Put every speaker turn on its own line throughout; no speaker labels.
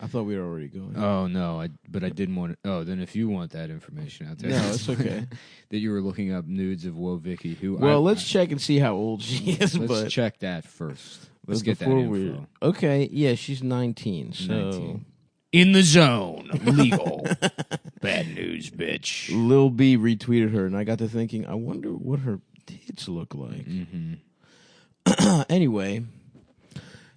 I thought we were already going.
Oh no, I but I didn't want. Oh, then if you want that information out there,
No, it's okay.
that you were looking up nudes of Woe Vicky. Who? I-
well, let's check and see how old she is.
let's
but
check that first.
but
Let's get that
before
info.
we- okay, yeah, she's nineteen. So
19.
uh,
In the zone, legal. Bad news, bitch.
Lil B retweeted her, and I got to thinking, I wonder what her tits look like.
Mm-hmm.
Uh, anyway,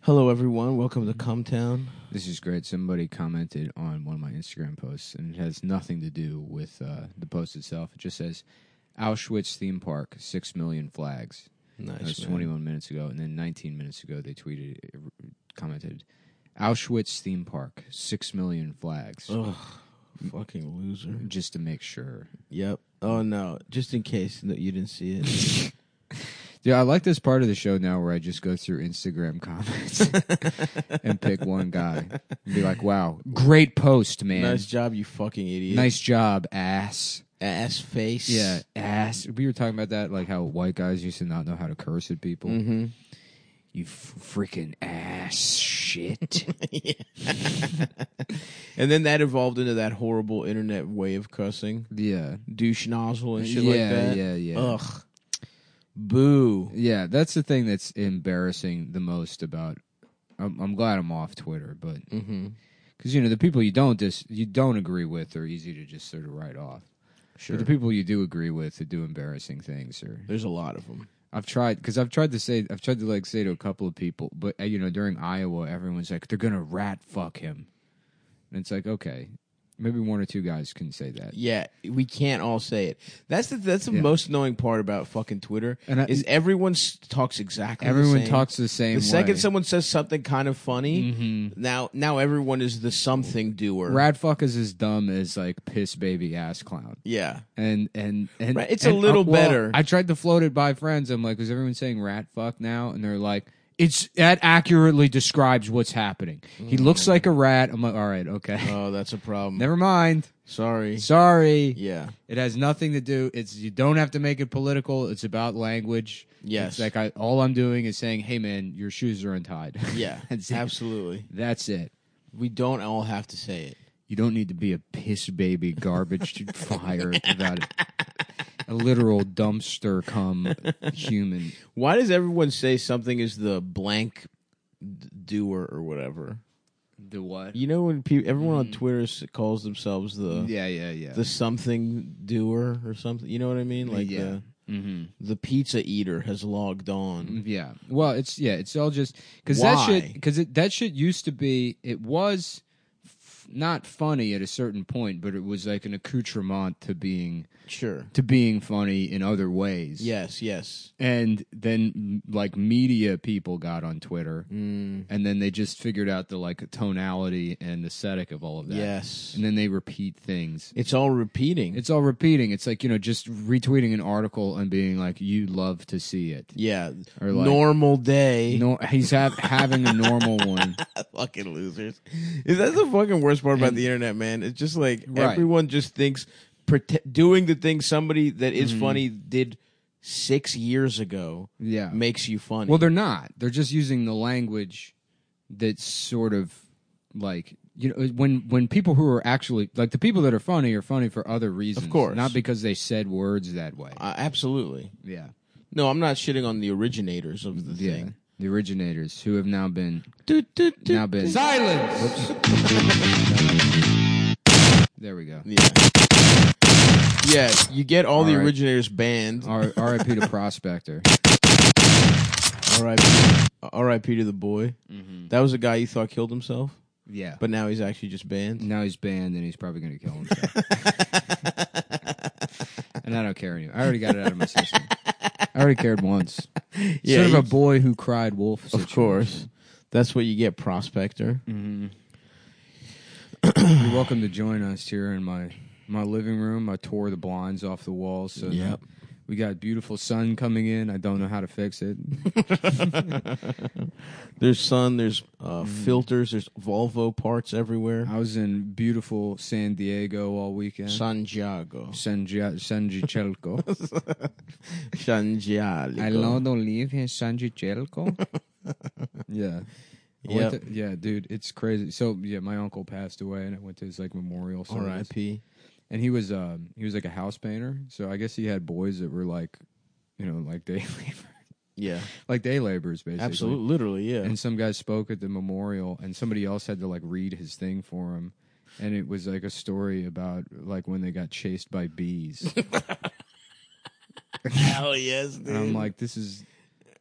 hello everyone. Welcome to Cumtown.
This is great. Somebody commented on one of my Instagram posts, and it has nothing to do with uh, the post itself. It just says Auschwitz theme park, six million flags. That was
Nice. man.
21 minutes ago, and then 19 minutes ago they tweeted, uh, commented, Auschwitz theme park, six million flags,
Ugh, fucking loser.
just to make sure.
Yep. Oh no. Just in case that you didn't see it.
Yeah, I like this part of the show now where I just go through Instagram comments and pick one guy and be like, "Wow, great post, man!
nice
Nice,
job, you fucking idiot.
job, ass."
ass face.
Yeah, ass. We were talking about that, like how white guys used to not know how to curse at people.
Mm-hmm.
You f- freaking ass shit.
And then that evolved into that horrible internet way of cussing,
yeah,
douche nozzle and shit
yeah,
like that.
yeah, yeah.
Ugh. Boo.
Yeah, that's the thing that's embarrassing the most about. I'm, I'm glad I'm off Twitter, but
Mm-hmm.
because you know the people you don't dis, you don't agree with are easy to just sort of write off.
Sure.
But the people you do agree with that do embarrassing things, or
There's a lot of them.
I've tried because I've tried to say I've tried to like say to a couple of people, but uh, you know during Iowa, everyone's like they're gonna rat fuck him, and it's like okay, maybe one or two guys can say that.
Yeah, we can't all say it. That's the that's the
Yeah.
most annoying part about fucking Twitter
And I-
is everyone s- talks exactly. the
Everyone
same.
talks the same.
The second
way. Mm-hmm.
someone says something kind of funny, now now everyone is the something doer.
rat fuck is as dumb as like piss baby ass clown.
Yeah.
and and, and
Right, it's a
and, uh,
little
well,
better.
I tried to float it by friends. I'm like, is everyone saying rat fuck now? And they're like, it's that accurately describes what's happening. He
Mm.
looks like a rat. I'm like, all right, okay,
Oh, that's a problem.
never mind.
Sorry.
Sorry,
Yeah.
it has nothing to do. It's you don't have to make it political. It's about language.
Yes.
it's like I, all I'm doing is saying, hey man, your shoes are untied.
Yeah.
that's it.
absolutely.
That's it.
We don't all have to say it.
You don't need to be a piss baby garbage fire about it. A literal dumpster come human.
Why does everyone say something is the blank d- doer or whatever?
The what?
You know when people, everyone on Twitter s- calls themselves the
Mm-hmm. Yeah, yeah, yeah.
the something doer or something. You know what I mean? Like
Yeah. Mm-hmm.
the the pizza eater has logged on.
yeah. Well, it's yeah, it's all just because that
Why?
shit because that shit used to be it was f- not funny at a certain point, but it was like an accoutrement to being
Sure.
to being funny in other ways.
Yes. Yes.
and then m- like media people got on Twitter,
Mm.
and then they just figured out the like tonality and aesthetic of all of that.
Yes.
and then they repeat things.
It's all repeating.
It's all repeating. It's like you know, just retweeting an article and being like, "You love to see it."
yeah.
Or like-
normal day.
No, he's ha- having a normal one.
fucking losers. Is that the fucking worst part about the internet, man? It's just like
Right.
everyone just thinks prote- doing the thing somebody that is funny did six years ago
Mm-hmm. Yeah.
makes you funny.
Well, they're not. They're just using the language that's sort of like you know when when people who are actually like the people that are funny are funny for other reasons,
course.
not because they said words that way.
uh, absolutely.
yeah.
No, I'm not shitting on the originators of the
Yeah.
thing.
The originators who have now been
Do, do, do,
now been
do.
silence. There we go.
Yeah. Yeah, you get all, the
All right.
originators banned.
R- R.I.P. to Prospector.
R.I.P. R.I.P. to the boy. That was a guy you thought killed himself,
Yeah. But
but now he's actually just banned.
now he's banned and he's probably going to kill himself. and I don't care anymore. I already got it out of my system. I already cared once.
Yeah,
sort of
you-
a boy who cried wolf.
Of
situation.
Mm. course. That's what you get, prospector.
You're welcome to join us here in my my living room. I tore the blinds off the walls. So
Yep.
that- we got beautiful sun coming in. I don't know how to fix it.
There's sun. There's uh, filters. There's Volvo parts everywhere.
I was in beautiful San Diego all weekend.
Santiago.
San Gia- San Gichelco. I
Santiago.
love to live in San Gichelco. yeah. I went
Yep.
to- yeah, dude, it's crazy. So yeah, my uncle passed away, and I went to his like memorial service.
R.I.P.
and he was um he was like a house painter so i guess he had boys that were like you know like day labor
Yeah.
like day laborers basically
Absolutely. Literally. Yeah.
and some guy spoke at the memorial and somebody else had to like read his thing for him and it was like a story about like when they got chased by bees and
Hell yes, dude.
i'm like this is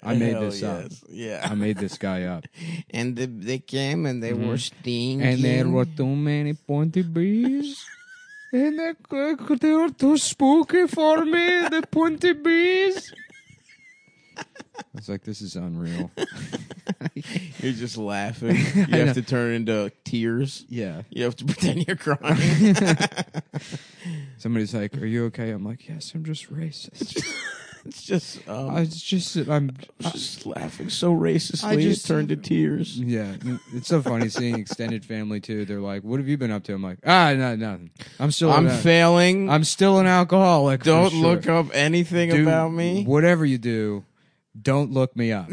i made
Hell
this up
yes. Yeah.
i made this guy up
and the, they came and they were stinking.
Mm-hmm. and there were too many pointed bees and they, they were too spooky for me the pointed bees i was like this is unreal
You're just laughing. You have to turn into tears.
yeah
You have to pretend you're crying.
somebody's like are you okay i'm like yes i'm just racist
it's just, um,
i
I,
was just i'm
just laughing so racistly.
I just-
it turned to tears.
yeah it's so funny seeing extended family too they're like what have you been up to i'm like ah no nothing i'm still
I'm
an,
failing.
i'm still an alcoholic for
Don't
sure.
look up anything
Do
about me.
whatever you do don't look me up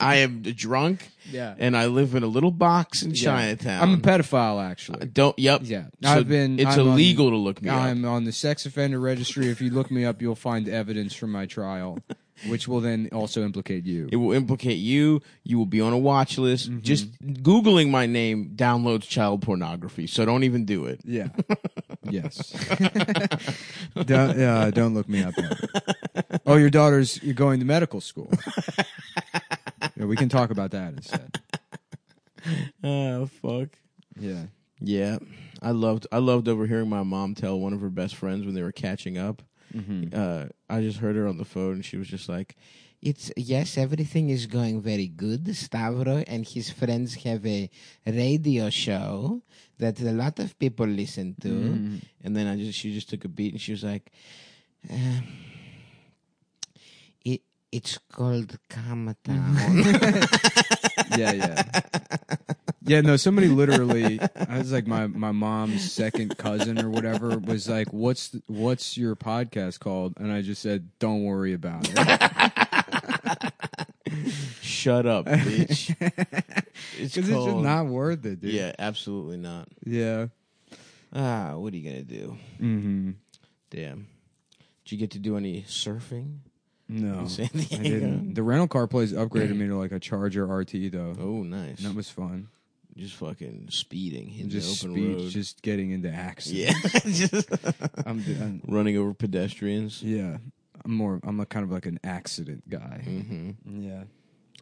I am drunk.
Yeah.
And I live in a little box in
Yeah.
Chinatown.
I'm a pedophile, actually.
Don't. Yep.
Yeah.
So
I've been-
It's
I'm on-
illegal to look me up.
I'm on the sex offender registry. If you look me up, you'll find evidence from my trial, which will then also implicate you.
It will implicate you. You will be on a watch list. Just googling my name downloads child pornography. So don't even do it.
yeah. yes. don't, uh, don't look me up. ever. Oh, your daughter's going to medical school. yeah, we can talk about that instead.
Oh fuck.
Yeah.
Yeah, I loved I loved overhearing my mom tell one of her best friends when they were catching up. Uh, I just heard her on the phone, and she was just like,
It's yes, everything is going very good. Stavro and his friends have a radio show that a lot of people listen to.
and then I just she just took a beat, and she was like, "Um,
It it's called Calm Down.
yeah, yeah. Yeah, no, somebody literally I was like my my mom's second cousin or whatever was like, "What's th- what's your podcast called?" And I just said, "Don't worry about it."
"Shut up, bitch." it's
Cuz it's just
called-
not worth it, dude.
Yeah, absolutely not.
Yeah.
Ah, what are you gonna do?
Mhm.
Damn. Did you get to do any surfing?
No.
San
I
Diego?
didn't. The rental car place upgraded me to like a Charger RT though.
Oh, nice.
And that was fun.
just fucking speeding in
Just
the open
speed,
road.
just getting into accidents.
yeah, just
I'm, I'm
running over pedestrians.
yeah. I'm more I'm a kind of like an accident guy. Mm-hmm. Yeah.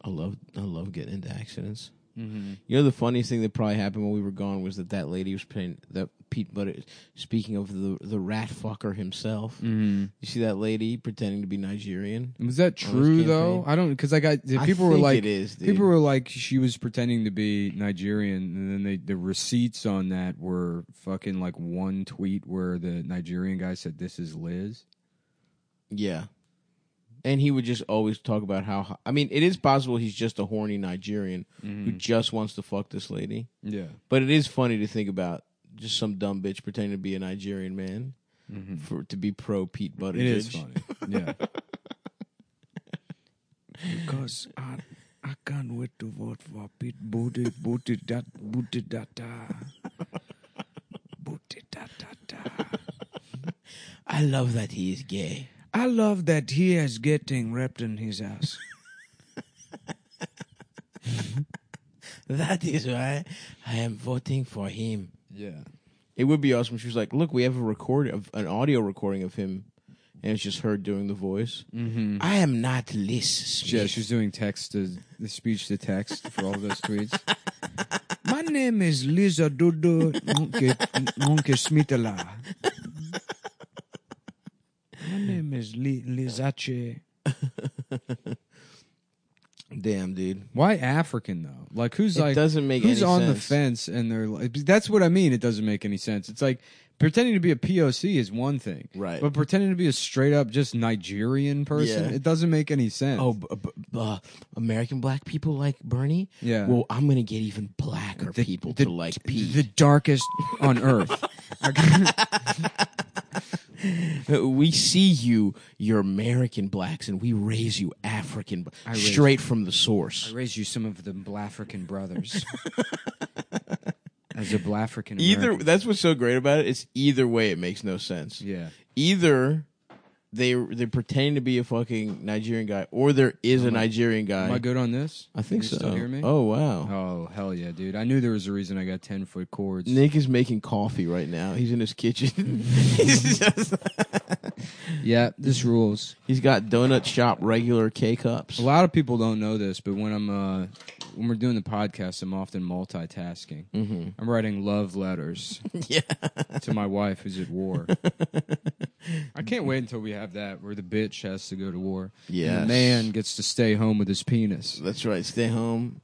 I love I love getting into accidents.
Mm-hmm.
You know the funniest thing that probably happened when we were gone was that that lady was playing that Pete Butter. Speaking of the the rat fucker himself,
Mm.
you see that lady pretending to be Nigerian.
Mm-hmm. Was that true though? I don't because I got the
I
people were
think
like
it is, dude.
people were like she was pretending to be Nigerian, and then they the receipts on that were fucking like one tweet where the Nigerian guy said this is Liz.
Yeah, and he would just always talk about how. I mean, it is possible he's just a horny Nigerian who
Hmm.
just wants to fuck this lady.
Mm-hmm. Yeah,
But it is funny to think about just some dumb bitch pretending to be a Nigerian man for to be pro Pete Buttigieg.
Mm-hmm. it is funny. Yeah,
Because I, I can't wait to vote for Pete Booty Booty Dat Booty Data. Booty da, da, da.
I love that he is gay.
I love that he is getting wrapped in his ass.
That is why I am voting for him.
yeah.
It would be awesome. if She was like, "Look, we have a record of an audio recording of him." And it's just her doing the voice. Mm-hmm. I am not Liz
Yeah,
Smith.
she was doing text to the speech to text for all those tweets.
My name is Lisa Dodo Nonke Nonke Smitala. My name is Li- Lizache.
Damn, dude.
Why African though? Like who's
It
like
doesn't make
who's
any
on the
sense.
fence and they're like that's what I mean. It doesn't make any sense. It's like pretending to be a POC is one thing,
Right.
But pretending to be a straight up just Nigerian person,
Yeah.
it doesn't make any sense.
Oh, b- b- b- uh, American black people like Bernie.
Yeah.
Well, I'm gonna get even blacker people to like Pete.
the darkest on earth.
Uh, we see you, you're American blacks, and we raise you African, b-
raise-
straight from the source.
raise you some of the Blafrican brothers. As a Blafrican,
Either that's what's so great about it. It's either way, it makes no sense.
yeah,
Either they they're pretending to be a fucking Nigerian guy, or there is a Nigerian guy.
am I Oh good on this?
I think
Can
so.
You still hear me?
Oh wow.
Oh, hell yeah, dude! I knew there was a reason I got ten foot cords.
Nick is making coffee right now. He's in his kitchen. he's, just,
Yeah, this rules.
he's got donut shop regular K cups.
A lot of people don't know this, but when I'm uh, when we're doing the podcast, I'm often multitasking. Mm-hmm. I'm writing love letters
Yeah.
to my wife who's at war. I can't wait until we have that where the bitch has to go to war. and the
Yes.
man gets to stay home with his penis.
That's right. Stay home.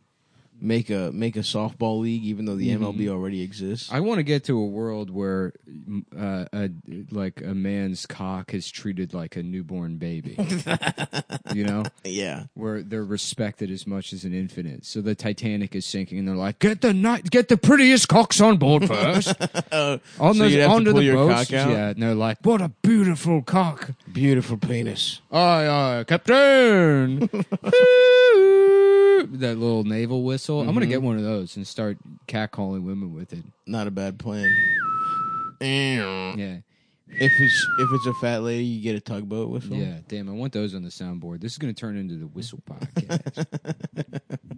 Make a make a softball league, even though the MLB already exists.
I want to get to a world where, m- uh, a, like, a man's cock is treated like a newborn baby. you know,
yeah.
where they're respected as much as an infant. So the Titanic is sinking, and they're like, "Get the night, get the prettiest cocks on board first. on
Oh, so
those-
you'd have to
onto
pull
the
your
boats."
cock out?
Yeah, and they're like, "What a beautiful cock!
Beautiful penis.
Aye, aye, Captain." that little naval whistle. I'm gonna get
Mm-hmm.
one of those and start catcalling women with it.
Not a bad plan. if
Yeah,
it's if it's a fat lady, you get a tugboat whistle.
yeah. Damn, I want those on the soundboard. This is gonna turn into the whistle podcast.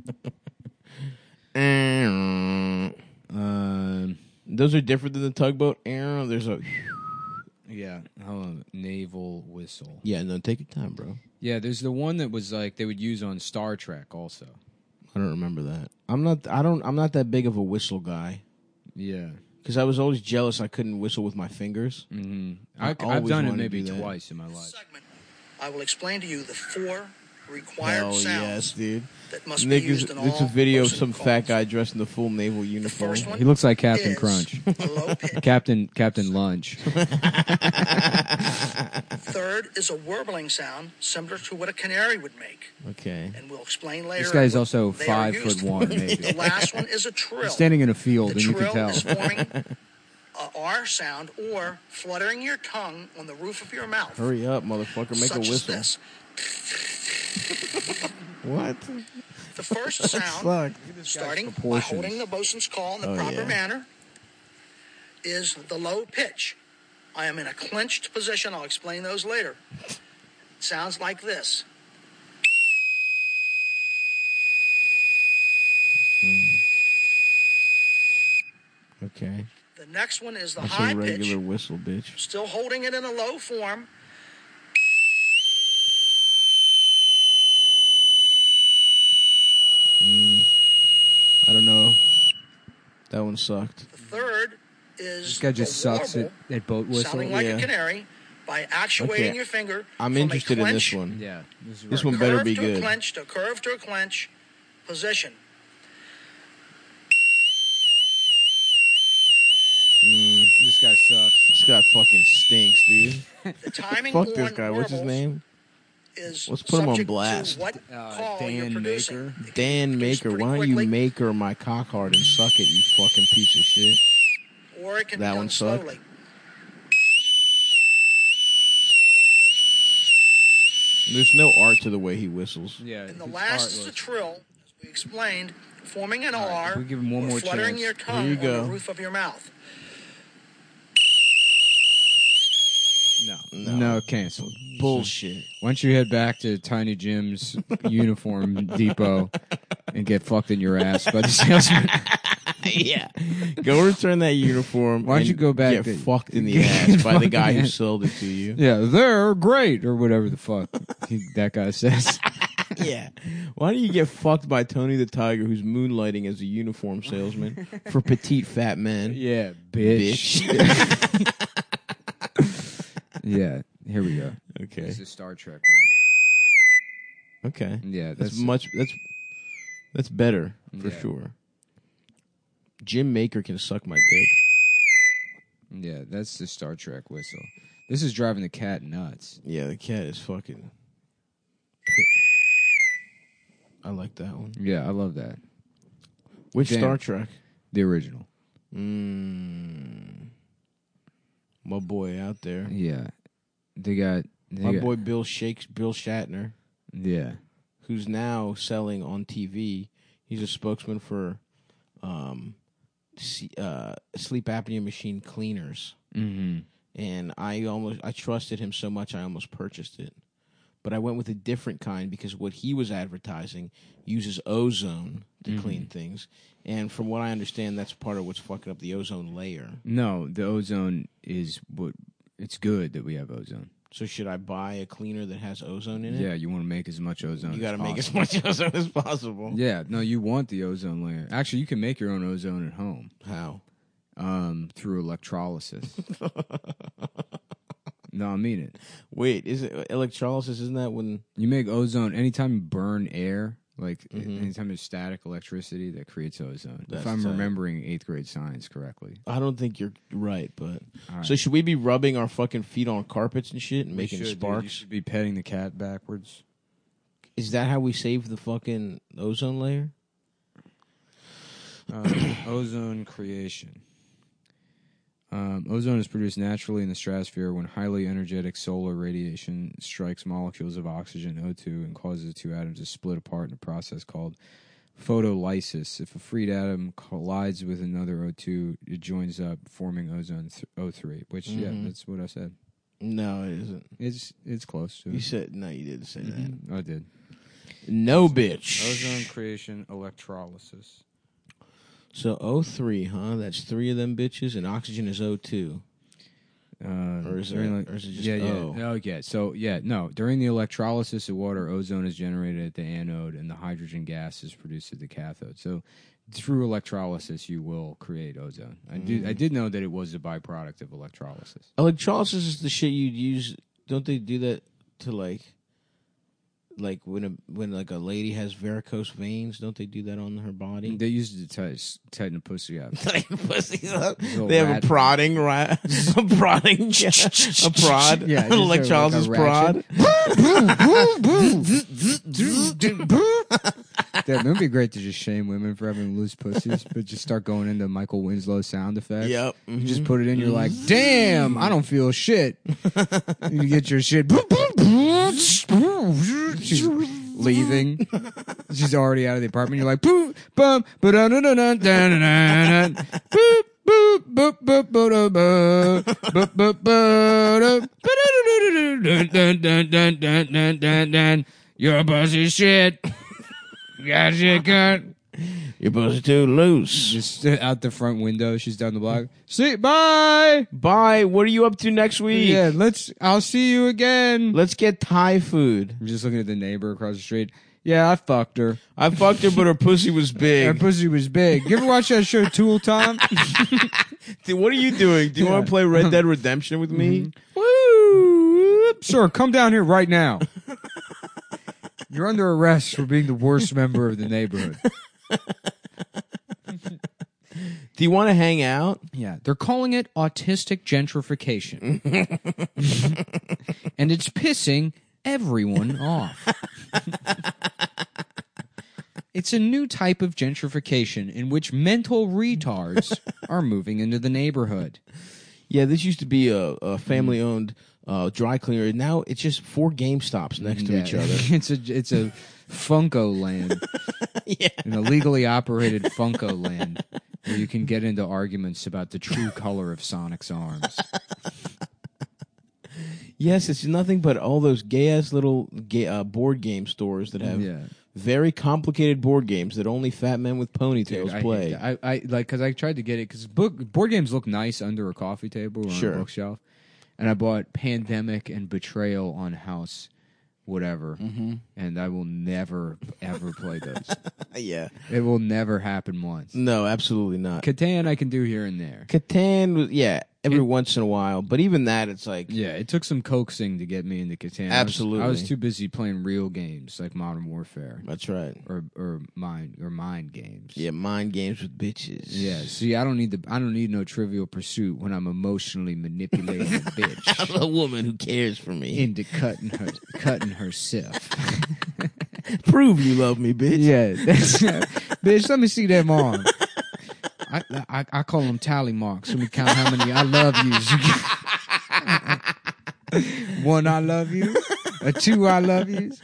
um.
Those are different than the tugboat. Eh, There's a
Yeah. Oh, naval whistle.
yeah. No, take your time, bro.
Yeah, there's the one that was like they would use on Star Trek also.
I don't remember that. I'm not. I don't. I'm not that big of a whistle guy.
Yeah.
Because I was always jealous I couldn't whistle with my fingers. I
I, have
always
done
wanted
it
to
maybe
do that.
twice in my life.
segment, I will explain to you the four required
Hell yes,
sounds
dude.
that must
Nick
be
is
used in all
it's a video of
person
some
calls.
fat guy dressed in the full naval uniform.
first one-
He looks like Captain
is
Crunch.
a low pitch.
Captain Captain Lunch.
Third is a warbling sound similar to what a canary would make,
Okay.
and we'll explain later.
This guy's
what
also
they are
five
used
foot
for.
one, maybe.
The last one is a trill.
Standing in a
the
field, and you
trill
can tell.
is forming a R sound or fluttering your tongue on the roof of your mouth.
Hurry up, motherfucker! Make
such
a
as
whistle.
this.
What?
The first sound,
Fuck.
starting by
proportions.
holding the bosun's call in the
Oh,
proper
yeah.
manner, is the low pitch. I am in a clenched position. I'll explain those later. Sounds like this.
Okay.
The next one is the
That's
high
a regular
pitch,
whistle, bitch.
still holding it in a low form.
I don't know. That one sucked.
The third is
This guy just
the
sucks at,
warble,
at boat whistle.
sounding like
yeah.
a canary, by actuating
Okay.
your finger.
I'm
from a
interested in this
clenched
one.
yeah. This,
This
one.
one better
curve
be
to A
good.
clench to curve to a clench position.
This guy sucks.
This guy fucking stinks, dude.
The timing
Fuck
on
this guy. What's his
warbles
name?
is
Let's put him on
subject to
blast.
what
Uh,
call you're
Dan
producing.
Maker.
It
Dan
can be produced
Maker.
pretty
Why don't
quickly,
you make her my cock hard and suck it, you fucking piece of shit?
Or it can
that
be done
one sucked?
slowly.
There's no art to the way he whistles.
Yeah.
And the
it's
last is the
artless.
trill, as we explained, forming an
right,
R
we'll give him one
or
more
fluttering
chance.
your tongue
Here you
on
go.
the roof of your mouth.
No. No, canceled.
Bullshit.
Why don't you head back to Tiny Jim's uniform depot and get fucked in your ass by the salesman?
yeah. Go return that uniform.
Why don't
and
you go back
Get
to-
fucked in the
Get
ass by
fucked
the
in
guy
the
who
ass.
sold it to you.
Yeah, they're great or whatever the fuck he, that guy says.
yeah. Why do you get fucked by Tony the Tiger, who's moonlighting as a uniform salesman for petite fat men?
Yeah,
Bitch.
yeah, here we go.
okay.
This is Star Trek one.
Okay.
Yeah,
that's,
that's-
much. That's that's better for
Yeah.
sure. Jim Maker can suck my dick.
Yeah, that's the Star Trek whistle. This is driving the cat nuts.
Yeah, the cat is fucking. I like that one.
Yeah, I love that.
Which
Damn.
Star Trek?
The original.
Mm, my boy out there.
Yeah, they got they
My
got-
boy Bill Shakes Bill Shatner,
Yeah,
who's now selling on TV. He's a spokesman for um, C- uh, sleep apnea machine cleaners.
mm-hmm.
and I almost I trusted him so much I almost purchased it. But I went with a different kind because what he was advertising uses ozone to
Mm-hmm.
clean things, and from what I understand, that's part of what's fucking up the ozone layer.
No, the ozone is what. It's good that we have ozone.
So should I buy a cleaner that has ozone in it?
Yeah, you want to make as much ozone.
you
as
got to make as
possible.
much ozone as possible.
Yeah, no, you want the ozone layer. Actually, you can make your own ozone at home
How?
um, through electrolysis. no, I mean it.
Wait, is it electrolysis? Isn't that when?
You make ozone anytime you burn air, like anytime there's static electricity that creates ozone.
That's
if I'm
tight.
remembering eighth grade science correctly.
I don't think you're right, but
All right.
so should we be rubbing our fucking feet on carpets and shit and making
You
sparks?
should be petting the cat backwards.
Is that how we save the fucking ozone layer?
Um, ozone creation. Um, ozone is produced naturally in the stratosphere when highly energetic solar radiation strikes molecules of oxygen O2 and causes the two atoms to split apart in a process called photolysis. If a freed atom collides with another O2, it joins up, forming ozone th- O3. Which, yeah,
Mm-hmm.
that's what I said.
No, it isn't.
It's it's close to
You
it.
said no. You didn't say
I did.
that. No, bitch.
Mm-hmm. Ozone creation electrolysis.
So O three, huh? That's three of them bitches, and oxygen is O two.
Uh,
Or is
during
it-
the-
or is it just
yeah, yeah.
O?
Oh, yeah. So yeah, no. During the electrolysis of water, ozone is generated at the anode, and the hydrogen gas is produced at the cathode. So through electrolysis, you will create ozone. I did. I
Mm.
did know that it was a byproduct of electrolysis.
Electrolysis is the shit you'd use. Don't they do that to like, like when a when like a lady has varicose veins? Don't they do that on her body?
They used it to tight- tighten a pussy up.
Pussies up.
Little
They have
rat-
a prodding, right? a prodding, a prod,
Yeah,
yeah,
just a- like
electrolysis
a
prod.
ratchet. That would be great to just shame women for having loose pussies, but just start going into Michael Winslow sound effects.
Yep,
You just put it in. You're like, damn, I don't feel shit. you get your shit. She's leaving. She's already out of the apartment. You're like, boop, bum, ba da da da da da da da boop. Boop boop boop boop boop boop boop boop boop dun dun dun dun dun dun dun Your pussy shit. Got shit cut.
You're supposed to loose.
Just out the front window. She's down the block. See, bye.
Bye. What are you up to next week?
Yeah, let's. I'll see you again.
Let's get Thai food.
I'm just looking at the neighbor across the street. Yeah, I fucked her.
I fucked her, but her pussy was
Her
big.
pussy was big. You ever watch that show Tool Time?
Dude, what are you doing? Do you want to play Red Dead Redemption with me?
Woo! Sir, come down here right now. You're under arrest for being the worst member of the neighborhood.
Do you want to hang out?
Yeah, they're calling it autistic gentrification. and it's pissing everyone off. it's a new type of gentrification in which mental retards are moving into the neighborhood.
Yeah, this used to be a, a family owned uh, dry cleaner. Now it's just four Game Stops next to
Yeah.
each other.
it's a it's a Funko land. An illegally operated Funko land where you can get into arguments about the true color of Sonic's arms.
Yes, it's nothing but all those gay ass little gay, uh, board game stores that have
Yeah.
very complicated board games that only fat men with ponytails
Dude, I hate
play.
that. I, I like because I tried to get it because book board games look nice under a coffee table or
Sure.
on a bookshelf, and I bought Pandemic and Betrayal on House, whatever,
Mm-hmm.
and I will never ever play those.
yeah.
it will never happen once.
No, absolutely not.
Catan I can do here and there.
Catan was yeah. every once in a while. But even that, it's like
Yeah, it took some coaxing to get me into Catan. I was- I was,
Absolutely.
too busy playing real games like Modern Warfare
that's right.
or or mind or mind games.
Yeah, mind games with bitches.
Yeah, see, I don't need the I don't need no Trivial Pursuit when I'm emotionally manipulating a bitch
I'm a woman who cares for me.
into cutting her cutting herself.
Prove you love me, bitch.
Yeah, that's, bitch. Let me see them on. I, I I call them tally marks. Let me count how many I love yous. One I love you, a two I love yous.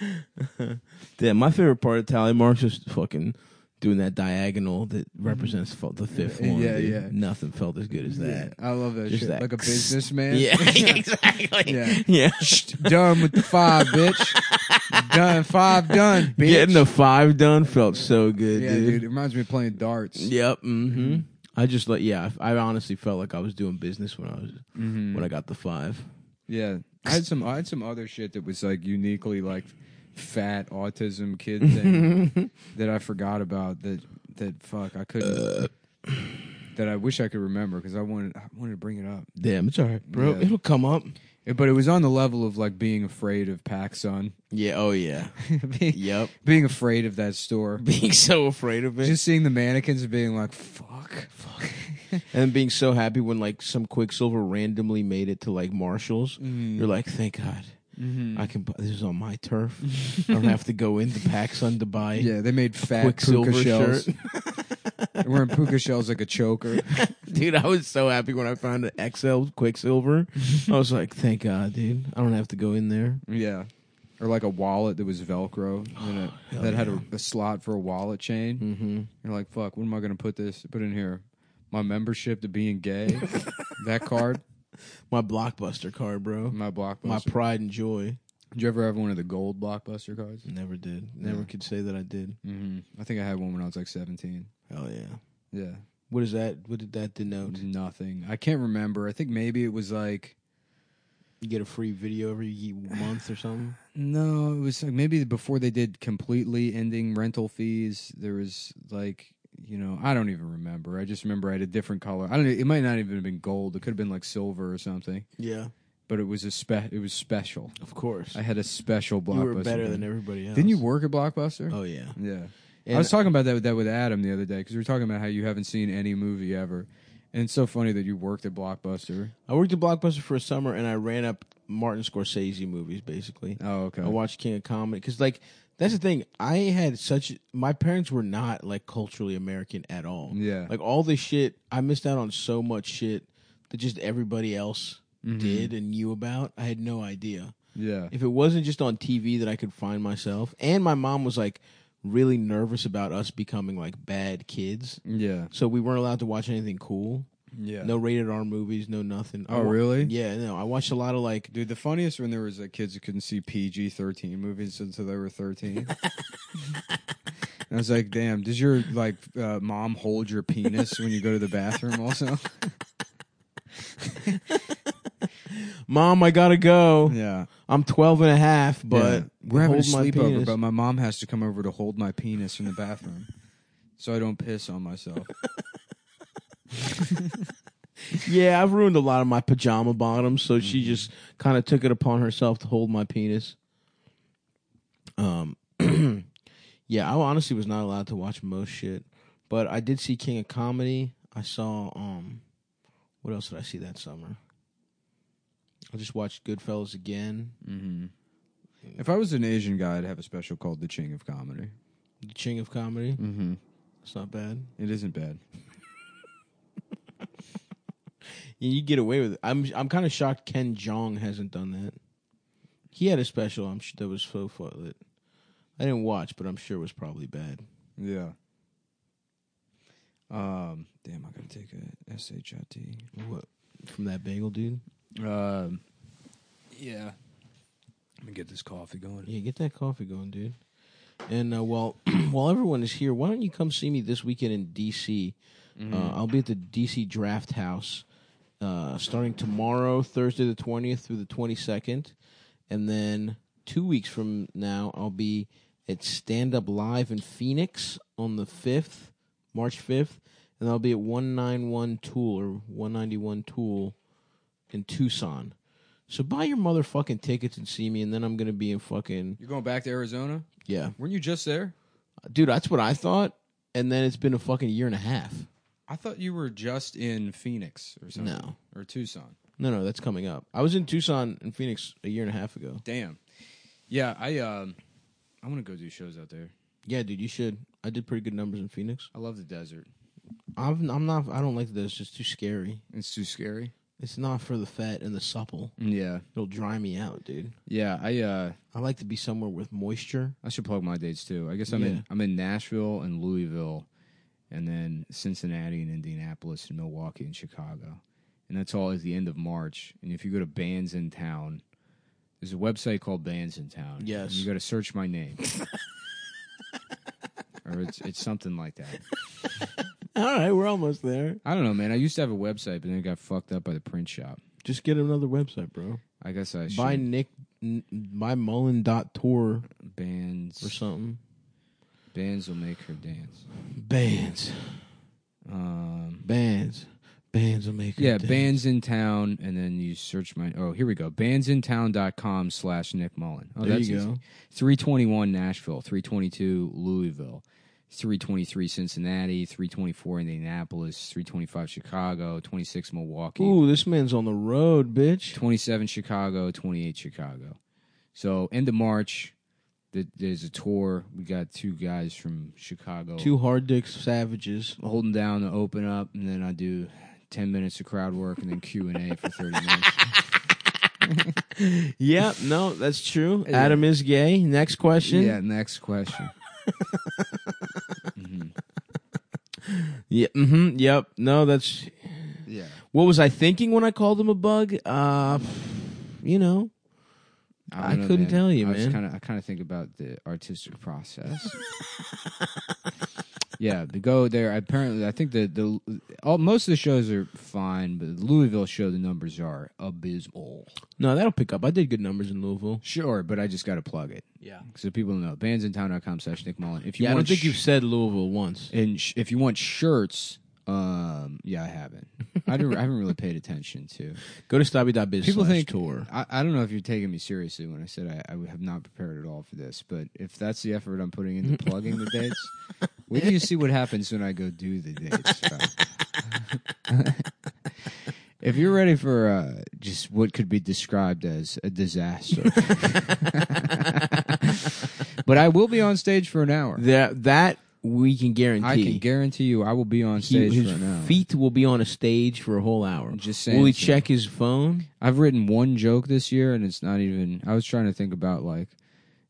Yeah, my favorite part of tally marks is fucking doing that diagonal that represents fu- the fifth one.
Mm-hmm. Yeah,
dude.
yeah.
Nothing felt as good as that.
I love that
Just
shit.
that
Like a businessman.
Yeah, exactly.
Yeah.
Yeah,
Done with the five, bitch. done five, done, bitch.
Getting the five done felt so good,
yeah, dude.
dude.
It reminds me of playing darts.
Yep. Mm-hmm. I just like yeah. I, I honestly felt like I was doing business when I was
Mm-hmm.
when I got the five.
Yeah, I had some I had some other shit that was like uniquely like fat autism kid thing that I forgot about that that fuck I couldn't that I wish I could remember because I wanted I wanted to bring it up,
Damn, it's all right, bro.
Yeah.
It'll come up.
It- but it was on the level of like being afraid of PacSun,
Yeah. Oh yeah.
Be-
yep.
being afraid of that store,
Being so afraid of it,
just seeing the mannequins and being like fuck, fuck.
and being so happy when like some Quicksilver randomly made it to like Marshalls. You're like, thank God. I can. bu- This is on my turf. I don't have to go into PacSun to buy.
yeah, they made fat
Quicksilver
puka shells.
shirt.
They Wearing puka shells like a choker.
Dude, I was so happy when I found an XL Quicksilver. I was like, thank God, dude. I don't have to go in there.
Yeah. Or like a wallet that was Velcro and it, that had a, a slot for a wallet chain. Mm-hmm. You're like, fuck, what am I going to put this, put in here? My membership to being gay, that card,
My blockbuster card, bro.
my
My
blockbuster.
pride and joy.
Did you ever have one of the gold blockbuster cards?
Never did. Never could say that I did.
Mm-hmm. I think I had one when I was like 17.
Hell yeah.
Yeah.
What is that? What did that denote?
Nothing. I can't remember. I think maybe it was like,
You get a free video every ye- month or something?
no, it was like maybe before they did completely ending rental fees, there was like, you know, I don't even remember. I just remember I had a different color. I don't. It might not even have been gold. It could have been like silver or something.
Yeah.
But it was a spe- It was special.
Of course.
I had a special blockbuster.
You were better
game.
than everybody else.
Didn't you work at Blockbuster?
Oh, yeah.
Yeah. I
And-
was talking about that with, that with Adam the other day because we were talking about how you haven't seen any movie ever, and it's so funny that you worked at Blockbuster.
I worked at Blockbuster for a summer and I ran up Martin Scorsese movies, basically.
Oh, okay.
I watched King of Comedy because, like, that's the thing. I had such my parents were not like culturally American at all.
Yeah.
like all this shit I missed out on so much shit that just everybody else
Mm-hmm.
did and knew about. I had no idea.
Yeah.
If it wasn't just on TV that I could find myself, and my mom was like really nervous about us becoming like bad kids,
Yeah.
so we weren't allowed to watch anything cool.
Yeah.
No rated R movies, no nothing. I
Oh, really?
Yeah, no. I watched a lot of like
Dude, the funniest when there was like kids who couldn't see PG thirteen movies until they were thirteen. and I was like, "Damn, does your like uh, mom hold your penis when you go to the bathroom?" Also,
Mom, I gotta go.
yeah.
I'm 12 and a half, but
But we're having a
hold my
sleepover,
penis.
but my mom has to come over to hold my penis in the bathroom, so I don't piss on myself.
yeah, I've ruined a lot of my pajama bottoms, so
Mm-hmm.
she just kind of took it upon herself to hold my penis. Um, yeah, I honestly was not allowed to watch most shit, but I did see King of Comedy. I saw um, what else did I see that summer? I just watched Goodfellas again.
if I was an Asian guy, I'd have a special called "The Ching of Comedy."
The King of Comedy. Mm-hmm. It's not bad.
It isn't bad.
Yeah, you get away with it. I'm I'm kind of shocked Ken Jong hasn't done that. He had a special I'm sure that was so fu- that I didn't watch, but I'm sure was probably bad.
Yeah. Um. Damn, I gotta take a SHIT.
What from that bagel dude?
Um, yeah. Let me get this coffee going.
Yeah, get that coffee going, dude. And uh, while while everyone is here, why don't you come see me this weekend in DC? Uh, I'll be at the DC Draft House uh, starting tomorrow, Thursday the twentieth through the twenty second, and then two weeks from now I'll be at Stand Up Live in Phoenix on the fifth, March fifth, and I'll be at one nine one Tool or one ninety one Tool in Tucson. So buy your motherfucking tickets and see me, and then I'm gonna be in fucking
You're going back to Arizona?
yeah,
Weren't you just there?
dude. That's what I thought, and then it's been a fucking year and a half.
I thought you were just in Phoenix or something.
No.
Or Tucson.
No, no, that's coming up. I was in Tucson and Phoenix a year and a half ago.
Damn. Yeah, I um I want to go do shows out there.
Yeah, dude, you should. I did pretty good numbers in Phoenix.
I love the desert.
I'm, I'm not. I don't like that. It's just too scary.
It's too scary.
It's not for the fat and the supple.
Yeah.
It'll dry me out, dude.
Yeah, I uh
I like to be somewhere with moisture.
I should plug my dates too. I guess I'm
Yeah.
in I'm in Nashville and Louisville and then Cincinnati and Indianapolis and Milwaukee and Chicago. And that's all at the end of March. And if you go to Bands in Town, there's a website called Bands in Town.
Yes.
And you got to search my name. or it's it's something like that.
All right, we're almost there.
I don't know, man. I used to have a website, but then it got fucked up by the print shop.
Just get another website, bro.
I guess I should
Buy Nick n- my Mullen dot tour
bands.
or something.
Bands will make her dance.
Bands,
Um,
bands, bands will make. a
yeah,
day.
bands in town, and then you search my. Oh, here we go. Bandsintown.com slash Nick Mullen. Oh,
There
that's
you go.
easy. 321 Nashville, 322 Louisville, 323 Cincinnati, 324 Indianapolis, 325 Chicago, 26 Milwaukee,
Ooh, this man's on the road, bitch.
27 Chicago, 28 Chicago. So end of March, th- there's a tour. We got two guys from Chicago
Two hard dicks savages.
holding down the open up, and then I do 10 minutes of crowd work and then Q and A for 30 minutes.
Yeah, no, that's true. Adam is gay. Next question.
yeah, next question.
Yeah. Mm-hmm, yep. No, that's.
Yeah.
What was I thinking when I called him a bug? Uh, you know. I
don't know,
couldn't
man.
tell you,
I was
man.
Kinda, I kind of think about the artistic process. yeah, to go there. Apparently, I think the the all most of the shows are fine, but the Louisville show the numbers are abysmal.
No, that'll pick up. I did good numbers in Louisville.
Sure, but I just got to plug it. Yeah. So people know. Bandsintown.com slash Nick Mullen. If you
Yeah, I
want
don't think
sh-
you've said Louisville once.
and sh- if you want shirts, um, yeah, I haven't. I, don't, I haven't really paid attention to.
Go to stabby.biz.
People
slash
think
tour.
I, I don't know if you're taking me seriously when I said I, I would have not prepared at all for this, but if that's the effort I'm putting into plugging the dates, wait till you see what happens when I go do the dates. bro. if you're ready for uh, just what could be described as a disaster, but I will be on stage for an hour.
That that we can guarantee.
I can guarantee you, I will be on
He-
stage
his
for an hour.
feet will be on a stage for a whole hour.
Just saying
will he
so.
check his phone?
I've written one joke this year, and it's not even. I was trying to think about like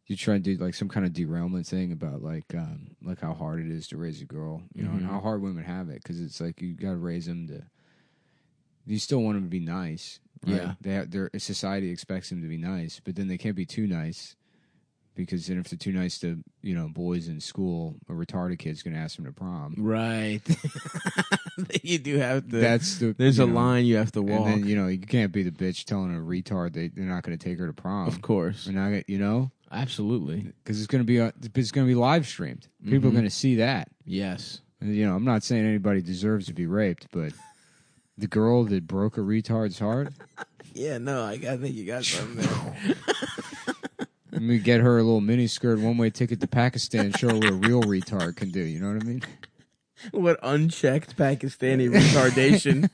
you try to do like some kind of derailment thing about like um like how hard it is to raise a girl, you know, and
Mm-hmm.
how hard women have it because it's like you got to raise them to. You still want them to be nice, right?
Yeah.
They have, their society expects them to be nice, but then they can't be too nice because then if they're too nice to you know boys in school, a retarded kid's gonna ask them to prom.
Right. you do have to.
That's the
there's
you
a
know,
line you have to
and
walk.
then you know you can't be the bitch telling a retard they, they're not gonna take her to prom.
of course,
We're not gonna, you know,
absolutely.
because it's gonna be uh, it's gonna be live streamed. People
Mm-hmm.
are gonna see that.
Yes.
And, you know, I'm not saying anybody deserves to be raped, but the girl that broke a retard's heart,
Yeah. No, I, I think you got something there.
let me get her a little mini skirt, one way ticket to Pakistan, show her what a real retard can do. You know what I mean?
what unchecked Pakistani retardation?